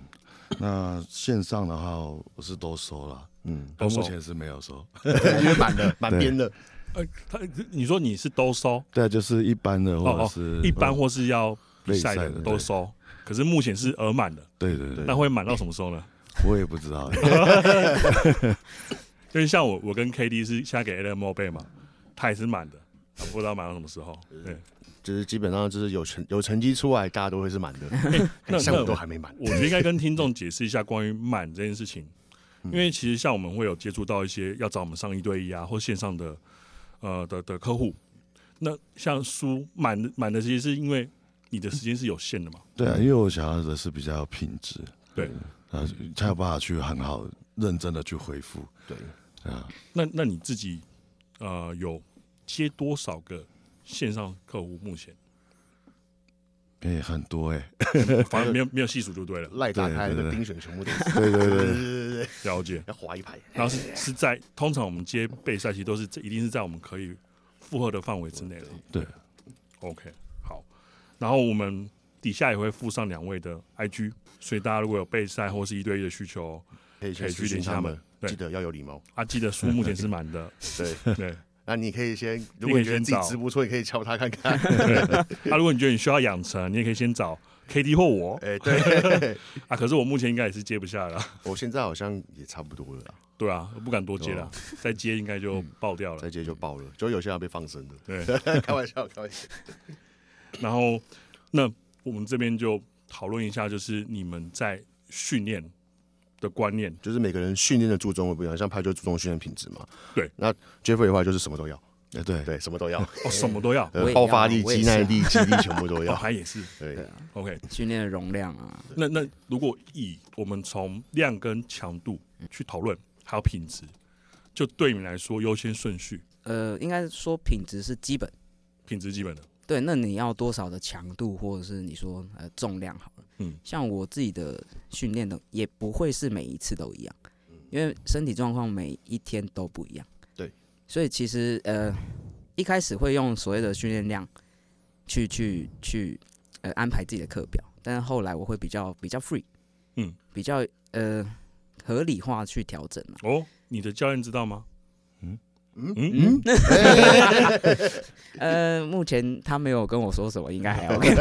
Speaker 4: 那线上的话，我是都收了，
Speaker 1: 嗯，
Speaker 2: 都
Speaker 4: 我
Speaker 2: 收
Speaker 4: 目前是没有收。
Speaker 1: 约满了，满编了，
Speaker 2: 他你说你是都收，
Speaker 4: 对，就是一般的或
Speaker 2: 哦
Speaker 4: 者
Speaker 2: 哦
Speaker 4: 是
Speaker 2: 一般或是要比赛
Speaker 4: 备赛
Speaker 2: 的
Speaker 4: 的
Speaker 2: 都收，可是目前是额满的，
Speaker 4: 对对对，
Speaker 2: 那会满到什么时候呢？
Speaker 4: 我也不知道。
Speaker 2: 因为像我，我跟 KD 是现在给 LMO 备嘛，他也是满的，啊不知道满到什么时候。对，
Speaker 1: 就是基本上就是有成有成绩出来，大家都会是满的，
Speaker 2: 那
Speaker 1: 像我都
Speaker 2: 那
Speaker 1: 还没满，
Speaker 2: 我觉得应该跟听众解释一下关于满这件事情，因为其实像我们会有接触到一些要找我们上一对一啊，或线上的呃的的客户，那像书满的满的，其实是因为你的时间是有限的嘛。
Speaker 4: 对啊，因为我想要的是比较品质，
Speaker 2: 对，
Speaker 4: 啊，才有办法去很好、认真的去回复。
Speaker 1: 对，
Speaker 4: 啊，
Speaker 2: 那那你自己呃有接多少个线上客户？目前
Speaker 4: 哎、很多哎、
Speaker 2: 反正没有没有细数就对了，
Speaker 1: 赖打开那
Speaker 4: 对对
Speaker 1: 个
Speaker 4: 对
Speaker 1: 冰水全部都是，
Speaker 4: 对对对，
Speaker 1: 对对，
Speaker 2: 了解。
Speaker 1: 要划一排。
Speaker 2: 然后是是在通常我们接备赛，其实都是一定是在我们可以负荷的范围之内了。
Speaker 4: 对
Speaker 2: ，OK，好。然后我们底下也会附上两位的 IG，所以大家如果有备赛或是一对一的需求
Speaker 1: 可以去
Speaker 2: 可以去
Speaker 1: 咨询
Speaker 2: 联系他
Speaker 1: 他
Speaker 2: 们
Speaker 1: 们，
Speaker 2: 对
Speaker 1: 记得要有礼貌。
Speaker 2: 啊，记得书目前是满的。
Speaker 1: 对，
Speaker 2: 对，
Speaker 1: 那你可以先，如果你觉得自己直不错，你可以敲他看看。
Speaker 2: 啊，如果你觉得你需要养成，你也可以先找 KD 或我
Speaker 1: 哎，对，
Speaker 2: 啊。可是我目前应该也是接不下了，
Speaker 1: 我现在好像也差不多了啦，
Speaker 2: 对啊，我不敢多接了， 再接应该就爆掉了
Speaker 1: 再。接就爆了，就有些人被放生的，
Speaker 2: 对，
Speaker 1: 开玩笑，开玩笑。
Speaker 2: 然后那我们这边就讨论一下，就是你们在训练的观念。
Speaker 1: 就是每个人训练的注重会不一样，像派就注重训练品质嘛。
Speaker 2: 对，
Speaker 1: 那 Jeffrey 的话就是什么都要，
Speaker 4: 哎、对，
Speaker 1: 对，什么都要，
Speaker 2: 哦，什么都要，
Speaker 3: 我也
Speaker 1: 呃
Speaker 3: 要
Speaker 1: 爆发力、
Speaker 3: 我也
Speaker 1: 肌
Speaker 3: 是啊
Speaker 1: 耐力、肌力全部都
Speaker 2: 小
Speaker 1: 要。
Speaker 2: 孩也是。
Speaker 1: 对，
Speaker 2: OK，
Speaker 3: 训练的容量啊，
Speaker 2: 那那如果以我们从量跟强度去讨论，还有品质，就对你们来说优先顺序，
Speaker 3: 呃，应该说品质是基本。
Speaker 2: 品质基本的。
Speaker 3: 对，那你要多少的强度，或者是你说呃重量好了。
Speaker 2: 嗯
Speaker 3: 嗯，像我自己的训练的也不会是每一次都一样，因为身体状况每一天都不一样。
Speaker 1: 对，
Speaker 3: 所以其实呃一开始会用所谓的训练量去去去呃安排自己的课表，但是后来我会比较比较 free，
Speaker 2: 嗯，
Speaker 3: 比较呃合理化去调整嘛。
Speaker 2: 哦，你的教练知道吗？嗯
Speaker 4: 嗯
Speaker 2: 嗯
Speaker 1: 嗯
Speaker 2: 嗯，
Speaker 3: 呃，目前他没有跟我说什么，应该还 OK。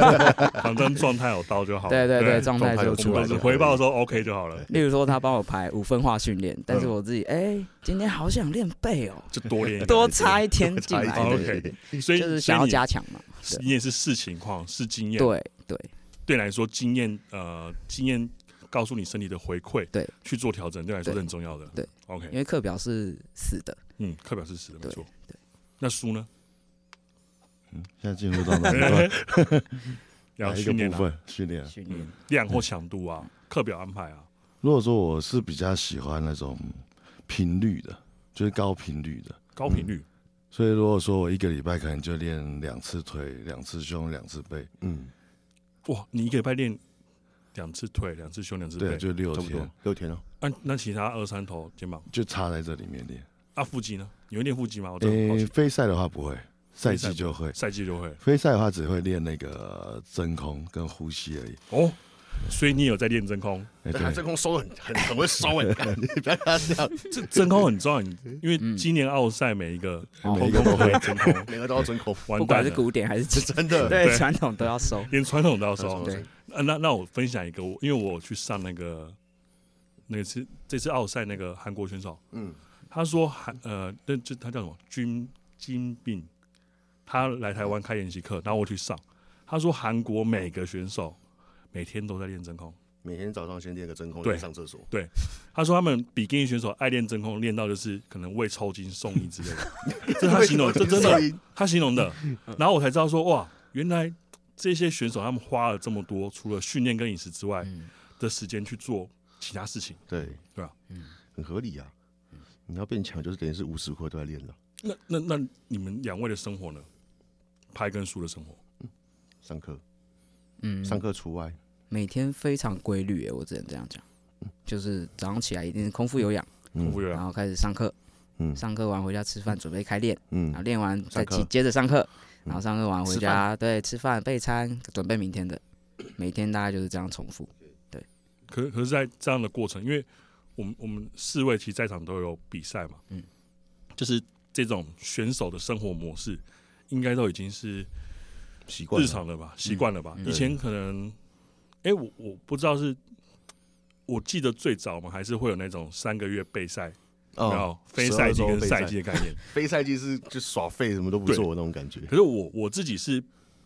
Speaker 2: 反正状态有到就好了。
Speaker 3: 对对对，状态
Speaker 1: 态
Speaker 3: 就
Speaker 1: 有
Speaker 2: 我
Speaker 3: 出
Speaker 1: 出
Speaker 3: 来
Speaker 1: 来
Speaker 2: 们
Speaker 3: 了
Speaker 2: 只
Speaker 1: 就好
Speaker 2: 回报说 OK 就好了，
Speaker 3: 例如说他帮我排五分化训练，但是
Speaker 2: 嗯
Speaker 3: 我自己哎、今天好想练背哦，
Speaker 2: 就多 练一点。
Speaker 3: 多插一天进来，
Speaker 2: 多插一
Speaker 3: 对
Speaker 2: 天
Speaker 3: 对
Speaker 2: 哦 所
Speaker 3: 对
Speaker 2: 以
Speaker 3: 就是想要，加强嘛。
Speaker 2: 所以你你也是视情况，视经验。
Speaker 3: 对对
Speaker 2: 对你来说，经验呃，经验告诉你身体的回馈，
Speaker 3: 对，
Speaker 2: 去做调整，对你来说
Speaker 3: 对
Speaker 2: 是很重要的。
Speaker 3: 对因
Speaker 2: ，OK，
Speaker 3: 为课表是死的，
Speaker 2: 嗯，课表是死的，没
Speaker 3: 对
Speaker 2: 错。
Speaker 3: 对，
Speaker 2: 那书 呢？
Speaker 4: 嗯现在进入到哪一段
Speaker 2: 要
Speaker 4: 哪一个
Speaker 2: 训练
Speaker 4: 部
Speaker 2: 啊
Speaker 4: 分？嗯训练。
Speaker 3: 训练
Speaker 2: 量或强度啊，课表安排啊，
Speaker 4: 如果说我是比较喜欢那种频率的，就是高频率的，
Speaker 2: 高频率，
Speaker 4: 所以如果说我一个礼拜可能就练两次腿、两次胸、两次背，
Speaker 1: 嗯，
Speaker 2: 哇，你一个礼拜练两次腿，两次胸，两次
Speaker 4: 对，
Speaker 2: 背，
Speaker 4: 就六
Speaker 1: 差不多
Speaker 4: 天，
Speaker 1: 六哦天了。
Speaker 2: 啊，那其他二三头肩膀
Speaker 4: 就插在这里面练。
Speaker 2: 啊，腹肌呢？你会练腹肌吗？我真的很好
Speaker 4: 诶、
Speaker 2: 奇。
Speaker 4: 非赛的话不会，赛
Speaker 2: 非赛
Speaker 4: 季就会。
Speaker 2: 赛季就会
Speaker 4: 非赛的话只会练那个真空跟呼吸而已。
Speaker 2: 哦，所以你有在练真空，
Speaker 4: 哎、
Speaker 1: 他
Speaker 4: 对
Speaker 1: 真，空收得很很很会收哎， 干你不要跟他这样，
Speaker 2: 这真空很重要，你因为今年奥赛每一个
Speaker 3: 哦
Speaker 2: 通通会真空，
Speaker 1: 每个都要真空，
Speaker 2: 完蛋
Speaker 3: 不管是
Speaker 2: 了，
Speaker 3: 古典还是
Speaker 1: 是
Speaker 3: 基
Speaker 1: 真的。
Speaker 3: 对传统都要收。
Speaker 2: 连传统都要收
Speaker 1: 传。统
Speaker 3: 对，
Speaker 2: 啊，那那我分享一个，我因为我去上那个那个是这次奥赛那个韩国选手，
Speaker 1: 嗯，
Speaker 2: 他说韩呃，那就他叫什么军金病，他来台湾开演习课，然后我去上，他说韩国每个选手每天都在练真空，
Speaker 1: 每天早上先练个真空，
Speaker 2: 对
Speaker 1: 再上厕所。
Speaker 2: 他说他们比基尼选手爱练真空，练到就是可能胃抽筋送医之类的，这是他形容，这 真的他形容的，
Speaker 3: 嗯
Speaker 2: 然后我才知道说哇，原来这些选手他们花了这么多，除了训练跟饮食之外
Speaker 3: 嗯
Speaker 2: 的时间去做其他事情。
Speaker 1: 对
Speaker 2: 对啊，
Speaker 3: 嗯
Speaker 1: 很合理啊。你要变强，就是等于是无时无刻都在练了，
Speaker 2: 那那那你们两位的生活呢？拍跟书的生活，
Speaker 1: 上课
Speaker 3: 嗯，
Speaker 1: 上课除外，
Speaker 3: 每天非常规律耶，我只能这样讲，就是早上起来一定是空腹有氧，
Speaker 2: 空腹有
Speaker 3: 然
Speaker 2: 氧，
Speaker 3: 后开始上课，
Speaker 1: 嗯
Speaker 3: 上课完回家吃饭，准备开练，然后
Speaker 1: 嗯，
Speaker 3: 练完再
Speaker 1: 上课
Speaker 3: 接接着上课，
Speaker 1: 嗯
Speaker 3: 然后上课完回
Speaker 1: 吃
Speaker 3: 家，对，吃饭备餐，准备明天的，每天大概就是这样重复。
Speaker 2: 可可是，在这样的过程，因为我们我们四位其实在场都有比赛嘛，
Speaker 3: 嗯，
Speaker 2: 就是这种选手的生活模式，应该都已经是
Speaker 1: 习惯
Speaker 2: 日
Speaker 1: 了
Speaker 2: 常了吧，习惯了吧。
Speaker 3: 嗯
Speaker 2: 以前可能，哎、我我不知道是，我记得最早嘛，还是会有那种三个月备赛，然
Speaker 1: 哦，
Speaker 2: 后非赛季
Speaker 1: 12周
Speaker 2: 跟
Speaker 1: 备
Speaker 2: 赛
Speaker 1: 赛
Speaker 2: 季的概念。
Speaker 1: 非赛季是就耍废，什么都不
Speaker 2: 对
Speaker 1: 做的那种感觉。
Speaker 2: 可是我我自己是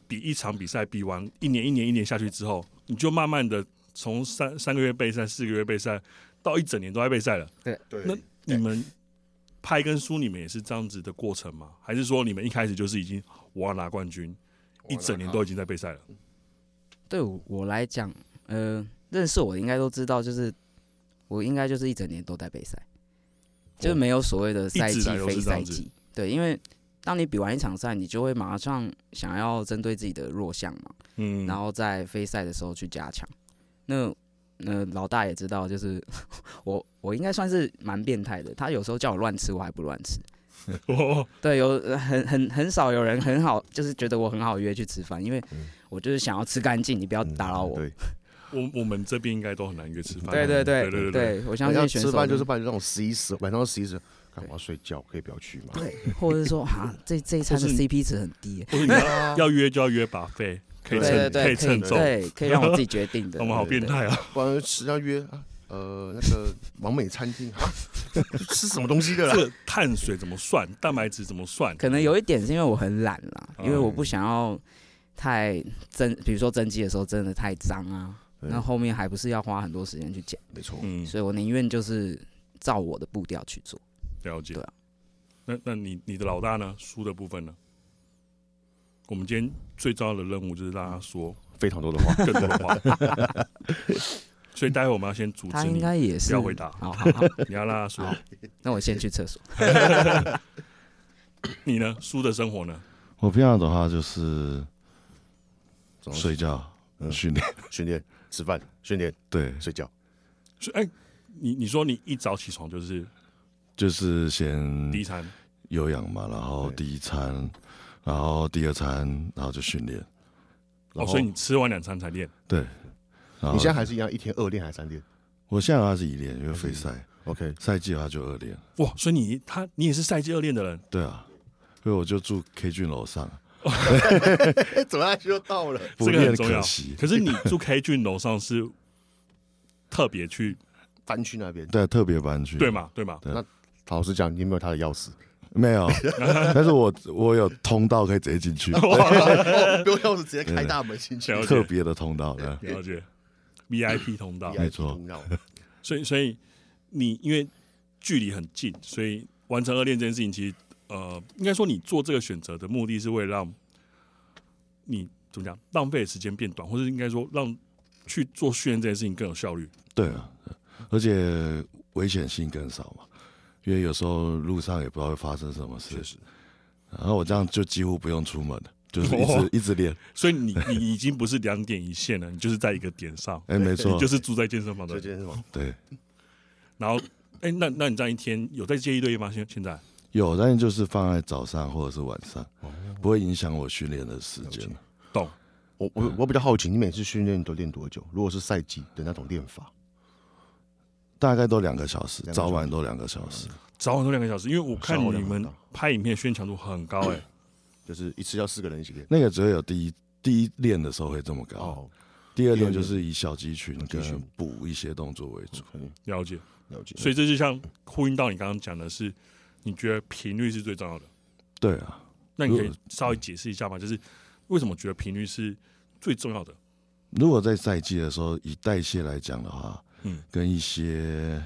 Speaker 2: 比一场比赛比完一年一年一年下去之后，你就慢慢的从三三个月备赛、四个月备赛到一整年都在备赛了。
Speaker 1: 对
Speaker 2: 那你们拍跟输，你们也是这样子的过程吗？还是说你们一开始就是已经我要拿冠军，一整年都已经在备赛了？
Speaker 3: 对我我来讲，呃，认识我应该都知道，就是我应该就是一整年都在备赛，就
Speaker 2: 哦
Speaker 3: 没有所谓的赛
Speaker 2: 一
Speaker 3: 季
Speaker 2: 直来都是
Speaker 3: 非
Speaker 2: 这样
Speaker 3: 赛
Speaker 2: 子
Speaker 3: 季。对，因为当你比完一场赛，你就会马上想要针对自己的弱项嘛，
Speaker 2: 嗯，
Speaker 3: 然后在非赛的时候去加强。那那老大也知道，就是 我我应该算是蛮变态的，他有时候叫我乱吃，我还不乱吃。
Speaker 2: 哦，
Speaker 3: 对，有呃很很很少有人很好，就是觉得我很好约去吃饭，因为
Speaker 2: 嗯
Speaker 3: 我就是想要吃干净，你不要打扰
Speaker 1: 嗯
Speaker 3: 我。
Speaker 1: 对，
Speaker 2: 我我们这边应该都很难约吃饭，啊
Speaker 3: 对对
Speaker 2: 对
Speaker 3: 对
Speaker 2: 对对，
Speaker 3: 对，我相
Speaker 1: 晚上
Speaker 3: 信选手
Speaker 1: 吃饭就是
Speaker 3: 们
Speaker 1: 把你那种死一死，晚上死一死，干
Speaker 3: 对
Speaker 1: 我要睡觉，可以不要去嘛。
Speaker 3: 对，或者是说啊，这这一餐的
Speaker 2: 或是你
Speaker 3: CP 值很低耶，
Speaker 2: 或者你 要要约就要约把费，可以
Speaker 3: 对对
Speaker 2: 称可
Speaker 3: 对，
Speaker 2: 以称重，
Speaker 3: 对，可以让我自己决定的。
Speaker 2: 我们好
Speaker 3: 对
Speaker 2: 变。态啊！
Speaker 1: 不然实际上约啊，呃，那个完美餐厅啊， 吃什么东西的啦？
Speaker 2: 这个碳水怎么算？蛋白质怎么算？
Speaker 3: 可能有一点是因为我很懒啦，
Speaker 2: 嗯
Speaker 3: 因为我不想要太增，比如说增肌的时候真的太脏啊，
Speaker 1: 对
Speaker 3: 那后面还不是要花很多时间去减，
Speaker 1: 没错，
Speaker 2: 嗯，
Speaker 3: 所以我宁愿就是照我的步调去做。
Speaker 2: 了解。
Speaker 3: 对啊
Speaker 2: 那那你你的老大呢？输的部分呢？我们今天最重要的任务就是让他 说
Speaker 1: 非常多的话。
Speaker 2: 更多的话，所以待会我们要先阻
Speaker 3: 他
Speaker 2: 止
Speaker 3: 应
Speaker 2: 你，
Speaker 3: 该也是
Speaker 2: 不要回答
Speaker 3: 好好好，
Speaker 2: 你要让他说
Speaker 3: 好。那我先去厕所。
Speaker 2: 你呢？输的生活呢？
Speaker 4: 我平常的话就是睡觉、
Speaker 1: 嗯
Speaker 4: 训练，
Speaker 1: 训练、吃饭、训练、
Speaker 4: 对，
Speaker 1: 睡觉，
Speaker 2: 所以哎、你你说你一早起床就是
Speaker 4: 就是先
Speaker 2: 第一餐，
Speaker 4: 有氧嘛，然后
Speaker 1: 对
Speaker 4: 第一餐，然后第二餐，然后就训练。
Speaker 2: 哦，
Speaker 4: 然后
Speaker 2: 所以你吃完两餐才练。
Speaker 4: 然后
Speaker 1: 你现在还是一样，一天二练还是三练
Speaker 4: 我现在的话是一练，因为非赛
Speaker 1: ？OK，
Speaker 4: 赛季的话就二练。
Speaker 2: 哇，所以你他你也是赛季二练的人，
Speaker 4: 对啊，所以我就住 K 郡楼上，
Speaker 1: 哎，怎么来就到了？
Speaker 4: 不
Speaker 2: 这个很
Speaker 4: 练
Speaker 2: 重要
Speaker 4: 可惜。
Speaker 2: 可是你住 K 郡楼上是特别去
Speaker 1: 翻去那边。
Speaker 4: 对，特别搬去。
Speaker 2: 对？嘛对嘛？
Speaker 1: 老实讲，你有没有他的钥 匙？
Speaker 4: 没有， 但是我我有通道可以直接 进去，
Speaker 2: 哦
Speaker 1: 不用钥匙，直接开大门进去。
Speaker 2: 了
Speaker 4: 特
Speaker 2: 解
Speaker 4: 别的通道的。
Speaker 2: 了解 VIP 通
Speaker 1: 哎
Speaker 2: 道，
Speaker 4: 没错
Speaker 1: 通道
Speaker 2: 所以所以你因为距离很近，所以完成二练这件事情，其实呃，应该说你做这个选择的目的是为了让你怎么讲浪费的时间变短，或者应该说让去做训练这件事情更有效率。
Speaker 4: 对啊，而且危险性更少嘛，因为有时候路上也不知道会发生什么事。
Speaker 1: 实。
Speaker 4: 然后我这样就几乎不用出门了，就是一直、
Speaker 2: 哦
Speaker 4: 一 直练。
Speaker 2: 所以你你已经不是两点一线了，你就是在一个点上，
Speaker 4: 哎，没错，
Speaker 2: 你 就是住在健身房的
Speaker 1: 这件
Speaker 2: 人。
Speaker 1: 事吗？
Speaker 4: 对，
Speaker 2: 然后，哎、那那你这样一天有在接一对一吗？现现在
Speaker 4: 有，但是就是放在早上或者是晚上，
Speaker 1: 哦
Speaker 4: 不会影响我训练的时间。
Speaker 2: 懂？
Speaker 1: 我我我比较好奇，你每次训练都练多久？如果是赛季的那种练法，
Speaker 4: 大概都两个小时，
Speaker 1: 两个小时哦
Speaker 4: 早晚都两个小时。
Speaker 2: 早晚都两个小时，因为我看
Speaker 1: 稍后
Speaker 2: 你
Speaker 1: 两个
Speaker 2: 们
Speaker 1: 小时
Speaker 2: 拍影片宣传度很高、哎，
Speaker 1: 就是一次要四个人一起练。
Speaker 4: 那个只会有第一第一练的时候会这么高，
Speaker 1: 哦，
Speaker 4: 第二练就是以小肌群
Speaker 1: 肌群
Speaker 4: 跟补一些动作为主。
Speaker 1: 可以
Speaker 2: 了解。
Speaker 1: 了解。
Speaker 2: 所以这就像呼应到你刚刚讲的是，你觉得频率是最重要的。
Speaker 4: 对啊，
Speaker 2: 那你可以
Speaker 4: 如果
Speaker 2: 稍微解释一下吗？就是为什么觉得频率是最重要的？
Speaker 4: 如果在赛季的时候，以代谢来讲的话，
Speaker 2: 嗯
Speaker 4: 嗯，跟一些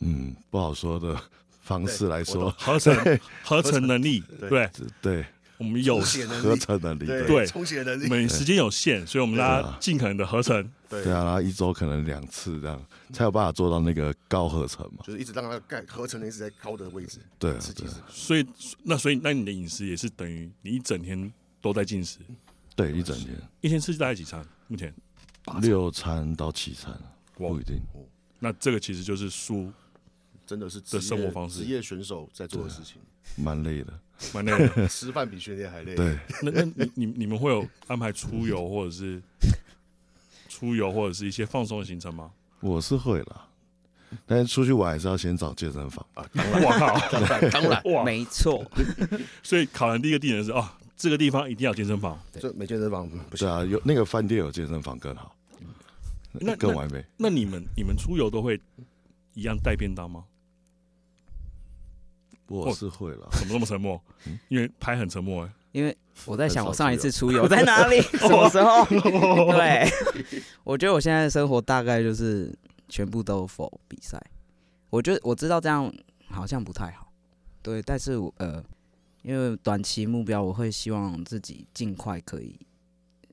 Speaker 4: 嗯不好说的方式来说，
Speaker 2: 合成合成能力，对不对，
Speaker 4: 对
Speaker 2: 我们有
Speaker 1: 血能
Speaker 4: 合成能力，
Speaker 2: 对
Speaker 1: 充血能
Speaker 2: 我，们时间有限，所以我们大
Speaker 4: 对
Speaker 2: 家
Speaker 4: 啊
Speaker 2: 尽可能的合成。
Speaker 1: 对
Speaker 4: 对啊，然后一周可能两次这样，才有办法做到那个高合成嘛。
Speaker 1: 就是一直让它盖合成的一直在高的位置，
Speaker 4: 对啊，
Speaker 1: 刺激
Speaker 4: 对啊
Speaker 1: 是
Speaker 2: 所以那所以那你的饮食也是等于你一整天都在进食，
Speaker 4: 对，一整天
Speaker 2: 一天吃大概几餐？目前
Speaker 4: 六餐到七餐，
Speaker 2: 哇
Speaker 4: 不一定。
Speaker 2: 那这个其实就是 输
Speaker 1: 真的是职业
Speaker 2: 的生活方式啊
Speaker 1: 职业选手在做的事情，
Speaker 4: 蛮累的。
Speaker 2: 蛮累的。
Speaker 1: 吃饭比训练还累。
Speaker 4: 对，
Speaker 2: 那那你你你们会有安排出游或者是出游或者是一些放松的行程 吗？
Speaker 4: 我是会啦， 但是出去玩还是要先找健身房。
Speaker 1: 啊，
Speaker 2: 我靠！
Speaker 1: 当然当然，
Speaker 2: 哇，
Speaker 3: 没错，
Speaker 2: 所以考量第一个地点是哦，这个地方一定要有健身 房。
Speaker 1: 这没健身房不行。
Speaker 4: 对啊，有那个饭店有健身房更好，
Speaker 2: 那
Speaker 4: 更
Speaker 2: 那
Speaker 4: 完美。
Speaker 2: 那你们你们出游都会一样带便当吗？
Speaker 1: 哦
Speaker 4: 我是会啦，
Speaker 2: 怎么那么沉默？
Speaker 3: 嗯
Speaker 2: 因为拍很沉默哎、
Speaker 3: 因为我在想
Speaker 4: 很少啊
Speaker 3: 我上一
Speaker 4: 出
Speaker 3: 次出游在哪里， 什么时候？对，我觉得我现在的生活大概就是全部都否比赛。我觉得我知道这样好像不太好，对，但是我呃，因为短期目标，我会希望自己尽快可以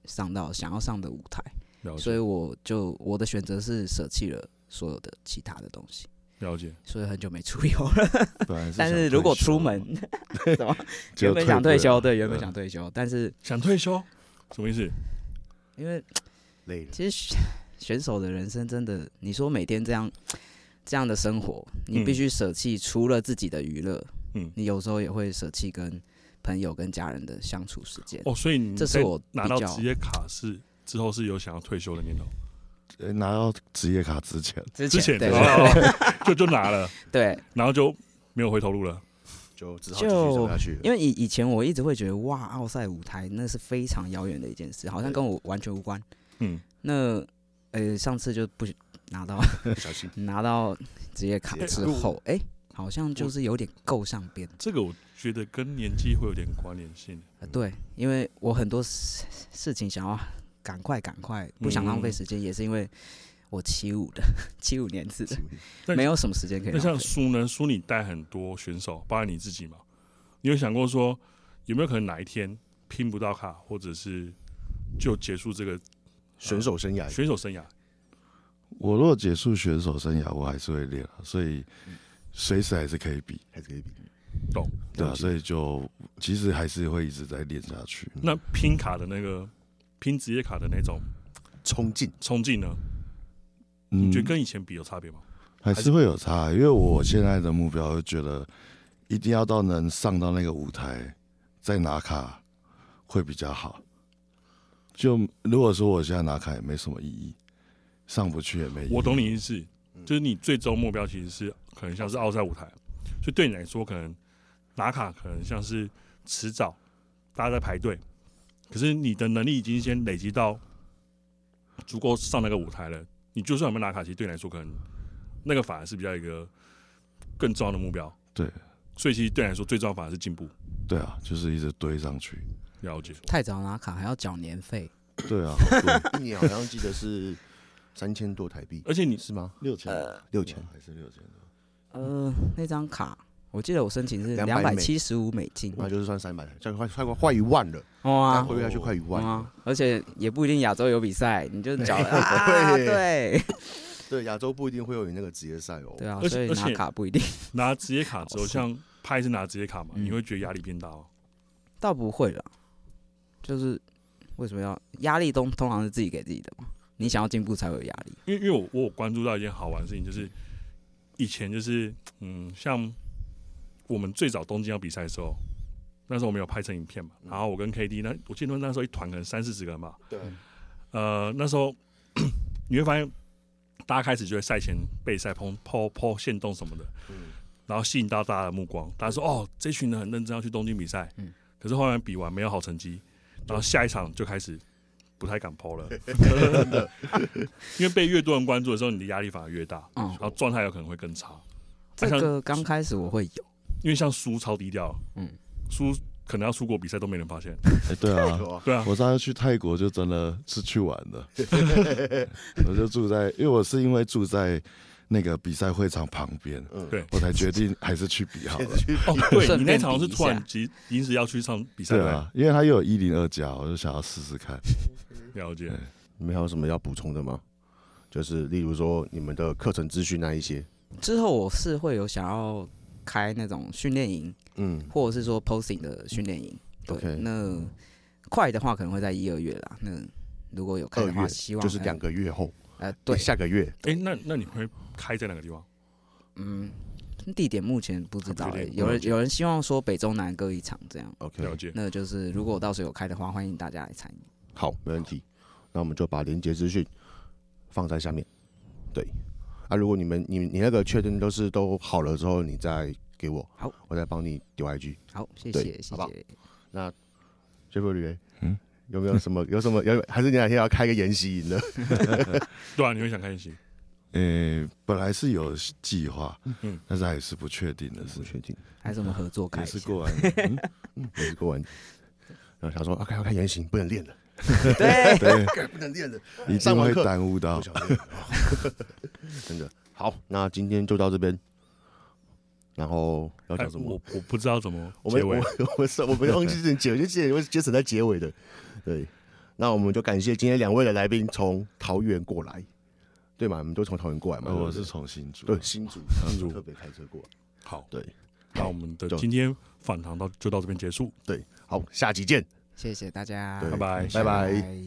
Speaker 3: 上到想要上的舞台，
Speaker 2: 了
Speaker 3: 所以
Speaker 2: 解。
Speaker 3: 我就我的选择是舍弃了所有的其他的东西。
Speaker 2: 了解，
Speaker 3: 所以很久没出游了。
Speaker 4: 本来是
Speaker 3: 但
Speaker 4: 想
Speaker 3: 是如果
Speaker 4: 退休
Speaker 3: 出
Speaker 4: 嘛
Speaker 3: 门， 怎么
Speaker 4: 结
Speaker 3: 原
Speaker 4: 果
Speaker 3: 本想退
Speaker 4: 队
Speaker 3: 休，
Speaker 4: 了
Speaker 3: 对，原本想退休，但是
Speaker 2: 想退休什么意思？
Speaker 3: 因为
Speaker 1: 累了，
Speaker 3: 其实选 选手的人生真的，你说每天这样这样的生活，你必
Speaker 2: 嗯
Speaker 3: 须舍弃除了自己的娱乐，
Speaker 2: 嗯
Speaker 3: 你有时候也会舍弃跟朋友跟家人的相处时间。
Speaker 2: 哦，所以你
Speaker 3: 这是
Speaker 2: 在
Speaker 3: 我
Speaker 2: 拿
Speaker 3: 比
Speaker 2: 到
Speaker 3: 较
Speaker 2: 职业卡是之后是有想要退休的念头，
Speaker 4: 呃拿到职业卡之前，
Speaker 3: 之
Speaker 2: 之前
Speaker 3: 对
Speaker 2: 哦
Speaker 3: 对
Speaker 2: 哦哦就就拿了，
Speaker 3: 对，
Speaker 2: 然后就没有回头路了。
Speaker 1: 就只好继续走下去了。
Speaker 3: 因为以以前我一直会觉得哇，奥赛舞台那是非常遥远的一件事，好像跟我完全无关。
Speaker 2: 嗯，
Speaker 3: 那呃，上次就不拿到
Speaker 1: 小心
Speaker 3: 拿到职业卡
Speaker 1: 职业卡
Speaker 3: 之后，哎、好像就是有点够上边。
Speaker 2: 这个我觉得跟年纪会有点关联性。
Speaker 3: 呃对，因为我很多事事情想要赶快赶快，不想浪费
Speaker 2: 嗯
Speaker 3: 时间，也是因为我七五的七五年次的，
Speaker 2: 那
Speaker 3: 没有什么时间可以
Speaker 2: 那
Speaker 3: 浪
Speaker 2: 像
Speaker 3: 费。
Speaker 2: 苏呢？苏你带很多选手，包括你自己嘛，你有想过说有没有可能哪一天拼不到卡，或者是就结束这个
Speaker 1: 选手生涯
Speaker 2: 选手生涯？
Speaker 4: 我如果结束选手生涯，我还是会练啊，所以随时还是可以比，
Speaker 1: 还是可以比，
Speaker 2: 懂？
Speaker 4: 对啊，
Speaker 1: 了解
Speaker 4: 所以就其实还是会一直在练下去。
Speaker 2: 那拼卡的那个拼职业卡的那种
Speaker 1: 冲劲
Speaker 2: 冲劲呢？
Speaker 4: 嗯
Speaker 2: 你觉得跟以前比有差别吗？
Speaker 4: 还是会有差，因为我现在的目标就觉得一定要到能上到那个舞台再拿卡会比较好。就如果说我现在拿卡也没什么意义，上不去也没意义。
Speaker 2: 我懂你意思，就是你最终目标其实是可能像是奥赛舞台，所以对你来说，可能拿卡可能像是迟早大家在排队，可是你的能力已经先累积到足够上那个舞台了。你就算有没有拿卡，其实对你来说，可能那个反而是比较一个更重要的目标。
Speaker 4: 对，
Speaker 2: 所以其实对你来说，最重要反而是进步。
Speaker 4: 对啊，就是一直堆上去。
Speaker 2: 了解，
Speaker 3: 太早拿卡还要缴年费，
Speaker 4: 对 啊，好贵
Speaker 1: 一年好像记得是三千多台币，
Speaker 2: 而且你
Speaker 1: 是吗？
Speaker 4: 六千
Speaker 1: 六千
Speaker 4: 还是六千多？
Speaker 3: 呃，那张卡我记得我申请是两
Speaker 1: 200
Speaker 3: 百
Speaker 1: 美
Speaker 3: 七十五美金，
Speaker 1: 那就是算三百台，这样快快快快一万了，
Speaker 3: 哇、
Speaker 1: 再回下去快一
Speaker 3: 哇、
Speaker 1: 万了。
Speaker 3: 而且也不一定亚洲有比赛， 你就缴了啊，
Speaker 1: 对
Speaker 3: 对，
Speaker 1: 对，亚洲不一定会有你那个职业赛哦。
Speaker 3: 对啊，
Speaker 2: 而且
Speaker 3: 所以
Speaker 2: 而
Speaker 3: 拿
Speaker 2: 且
Speaker 3: 卡不一定，
Speaker 2: 拿职业卡之后，
Speaker 3: 好爽
Speaker 2: 像拍是拿职业卡嘛，
Speaker 3: 嗯
Speaker 2: 你会觉得压力变大哦。
Speaker 3: 倒不会啦，就是为什么要压力通通常是自己给自己的嘛，你想要进步才会有压力，
Speaker 2: 因为因为我我有关注到一件好玩的事情，就是以前就是嗯，像我们最早东京要比赛的时候，那时候我们有拍成影片嘛，然后我跟 KD 那我记得那时候一团可能三四十个人吧，嗯
Speaker 1: 对，
Speaker 2: 呃，那时候 你会发现大家开始就会赛前备赛抛抛抛线动什么的，然后吸引到大家的目光，大家说哦，这群人很认真要去东京比赛，
Speaker 3: 嗯
Speaker 2: 可是后来比完没有好成绩，然后下一场就开始。不太敢抛了，因为被越多人关注的时候，你的压力反而越大。
Speaker 3: 嗯
Speaker 2: 然，后状态有可能会更差。
Speaker 3: 这
Speaker 2: 像
Speaker 3: 个刚开始我会有，
Speaker 2: 因为像苏超低调，嗯
Speaker 3: 嗯，
Speaker 2: 苏可能要出国比赛都没人发 现，
Speaker 4: 哎、对 啊，
Speaker 1: 有啊，
Speaker 2: 对啊，
Speaker 4: 我上次去泰国就真的是去玩的， 我就住在，因为我是因为住在那个比赛会场旁边，
Speaker 1: 嗯
Speaker 2: 对
Speaker 4: 我才决定还是去比好了。
Speaker 2: 哦，对
Speaker 3: 顺
Speaker 2: 你
Speaker 3: 便
Speaker 2: 那场好像是
Speaker 3: 比一
Speaker 2: 突然
Speaker 3: 下
Speaker 2: 急临时要去上比赛，
Speaker 4: 对啊，因为他又有一零二加，我就想要试试看。
Speaker 2: 对，了解
Speaker 4: 对。
Speaker 1: 你们还有什么要补充的吗？就是例如说你们的课程资讯那一些，
Speaker 3: 之后我是会有想要开那种训练营，
Speaker 1: 嗯，
Speaker 3: 或者是说 posting 的训练营。对
Speaker 1: OK
Speaker 3: 那快的话可能会在一二月啦。那如果有开的
Speaker 1: 二
Speaker 3: 话，
Speaker 1: 月
Speaker 3: 希望
Speaker 1: 就是两个月后，
Speaker 3: 呃，对，
Speaker 1: 下个月
Speaker 2: 哎，那那你会开在哪个地方？
Speaker 3: 嗯，地点目前不知道、
Speaker 2: 不确
Speaker 3: 欸
Speaker 2: 定，
Speaker 3: 有人有人希望说北中南各一场这样。
Speaker 1: ，OK，
Speaker 2: 了解。
Speaker 3: 那就是如果我到时候有开的话，欢迎大家来参与。
Speaker 1: 好，没问题。那我们就把连接资讯放在下面。对，啊，如果你们你你那个确定都是都好了之后，你再给我，
Speaker 3: 好，
Speaker 1: 我再帮你丢 IG。
Speaker 3: 好，谢
Speaker 1: 对
Speaker 3: 谢谢
Speaker 1: 好吧
Speaker 3: 谢。
Speaker 1: Jeffrey，嗯
Speaker 4: 嗯，
Speaker 1: 有没有什么 有什么有还是你哪天要开个研习 营的？
Speaker 2: 对啊，你会想看戏，
Speaker 4: 诶、本来是有计划，
Speaker 2: 嗯
Speaker 4: 但是还是不确定的
Speaker 1: 不
Speaker 4: 事，
Speaker 1: 确定，
Speaker 3: 还是我们合作开
Speaker 4: 也
Speaker 3: 一
Speaker 4: 是
Speaker 3: 下？
Speaker 4: 过完年、嗯
Speaker 1: 也是过完。然后想说啊，开要开研习营，不能练了，
Speaker 3: 对，
Speaker 1: 不能练了，
Speaker 4: 一 定
Speaker 1: 上完
Speaker 4: 会
Speaker 1: 课
Speaker 4: 耽误到
Speaker 1: 不。想练了。 真的好，那今天就到这边。然后要
Speaker 2: 哎
Speaker 1: 讲什么？
Speaker 2: 我我不知道怎么
Speaker 1: 我
Speaker 2: 结
Speaker 1: 们我
Speaker 2: 尾
Speaker 1: 们。我们是我们忘记之前结尾，就之前我杰森在结尾的。对，那我们就感谢今天两位的来宾从桃园过来，对嘛？你们都从桃园过来嘛？
Speaker 4: 呃我
Speaker 1: 对
Speaker 4: 是
Speaker 1: 不对
Speaker 4: 从新竹，
Speaker 1: 对新竹，新
Speaker 2: 哦竹
Speaker 1: 特别开车过来。
Speaker 2: 好，
Speaker 1: 对
Speaker 2: 那我们的
Speaker 1: 就
Speaker 2: 今天访谈到就到这边结束，
Speaker 1: 对，好，下集见。
Speaker 3: 谢谢大家，
Speaker 1: 对
Speaker 2: 拜拜。
Speaker 1: 拜拜。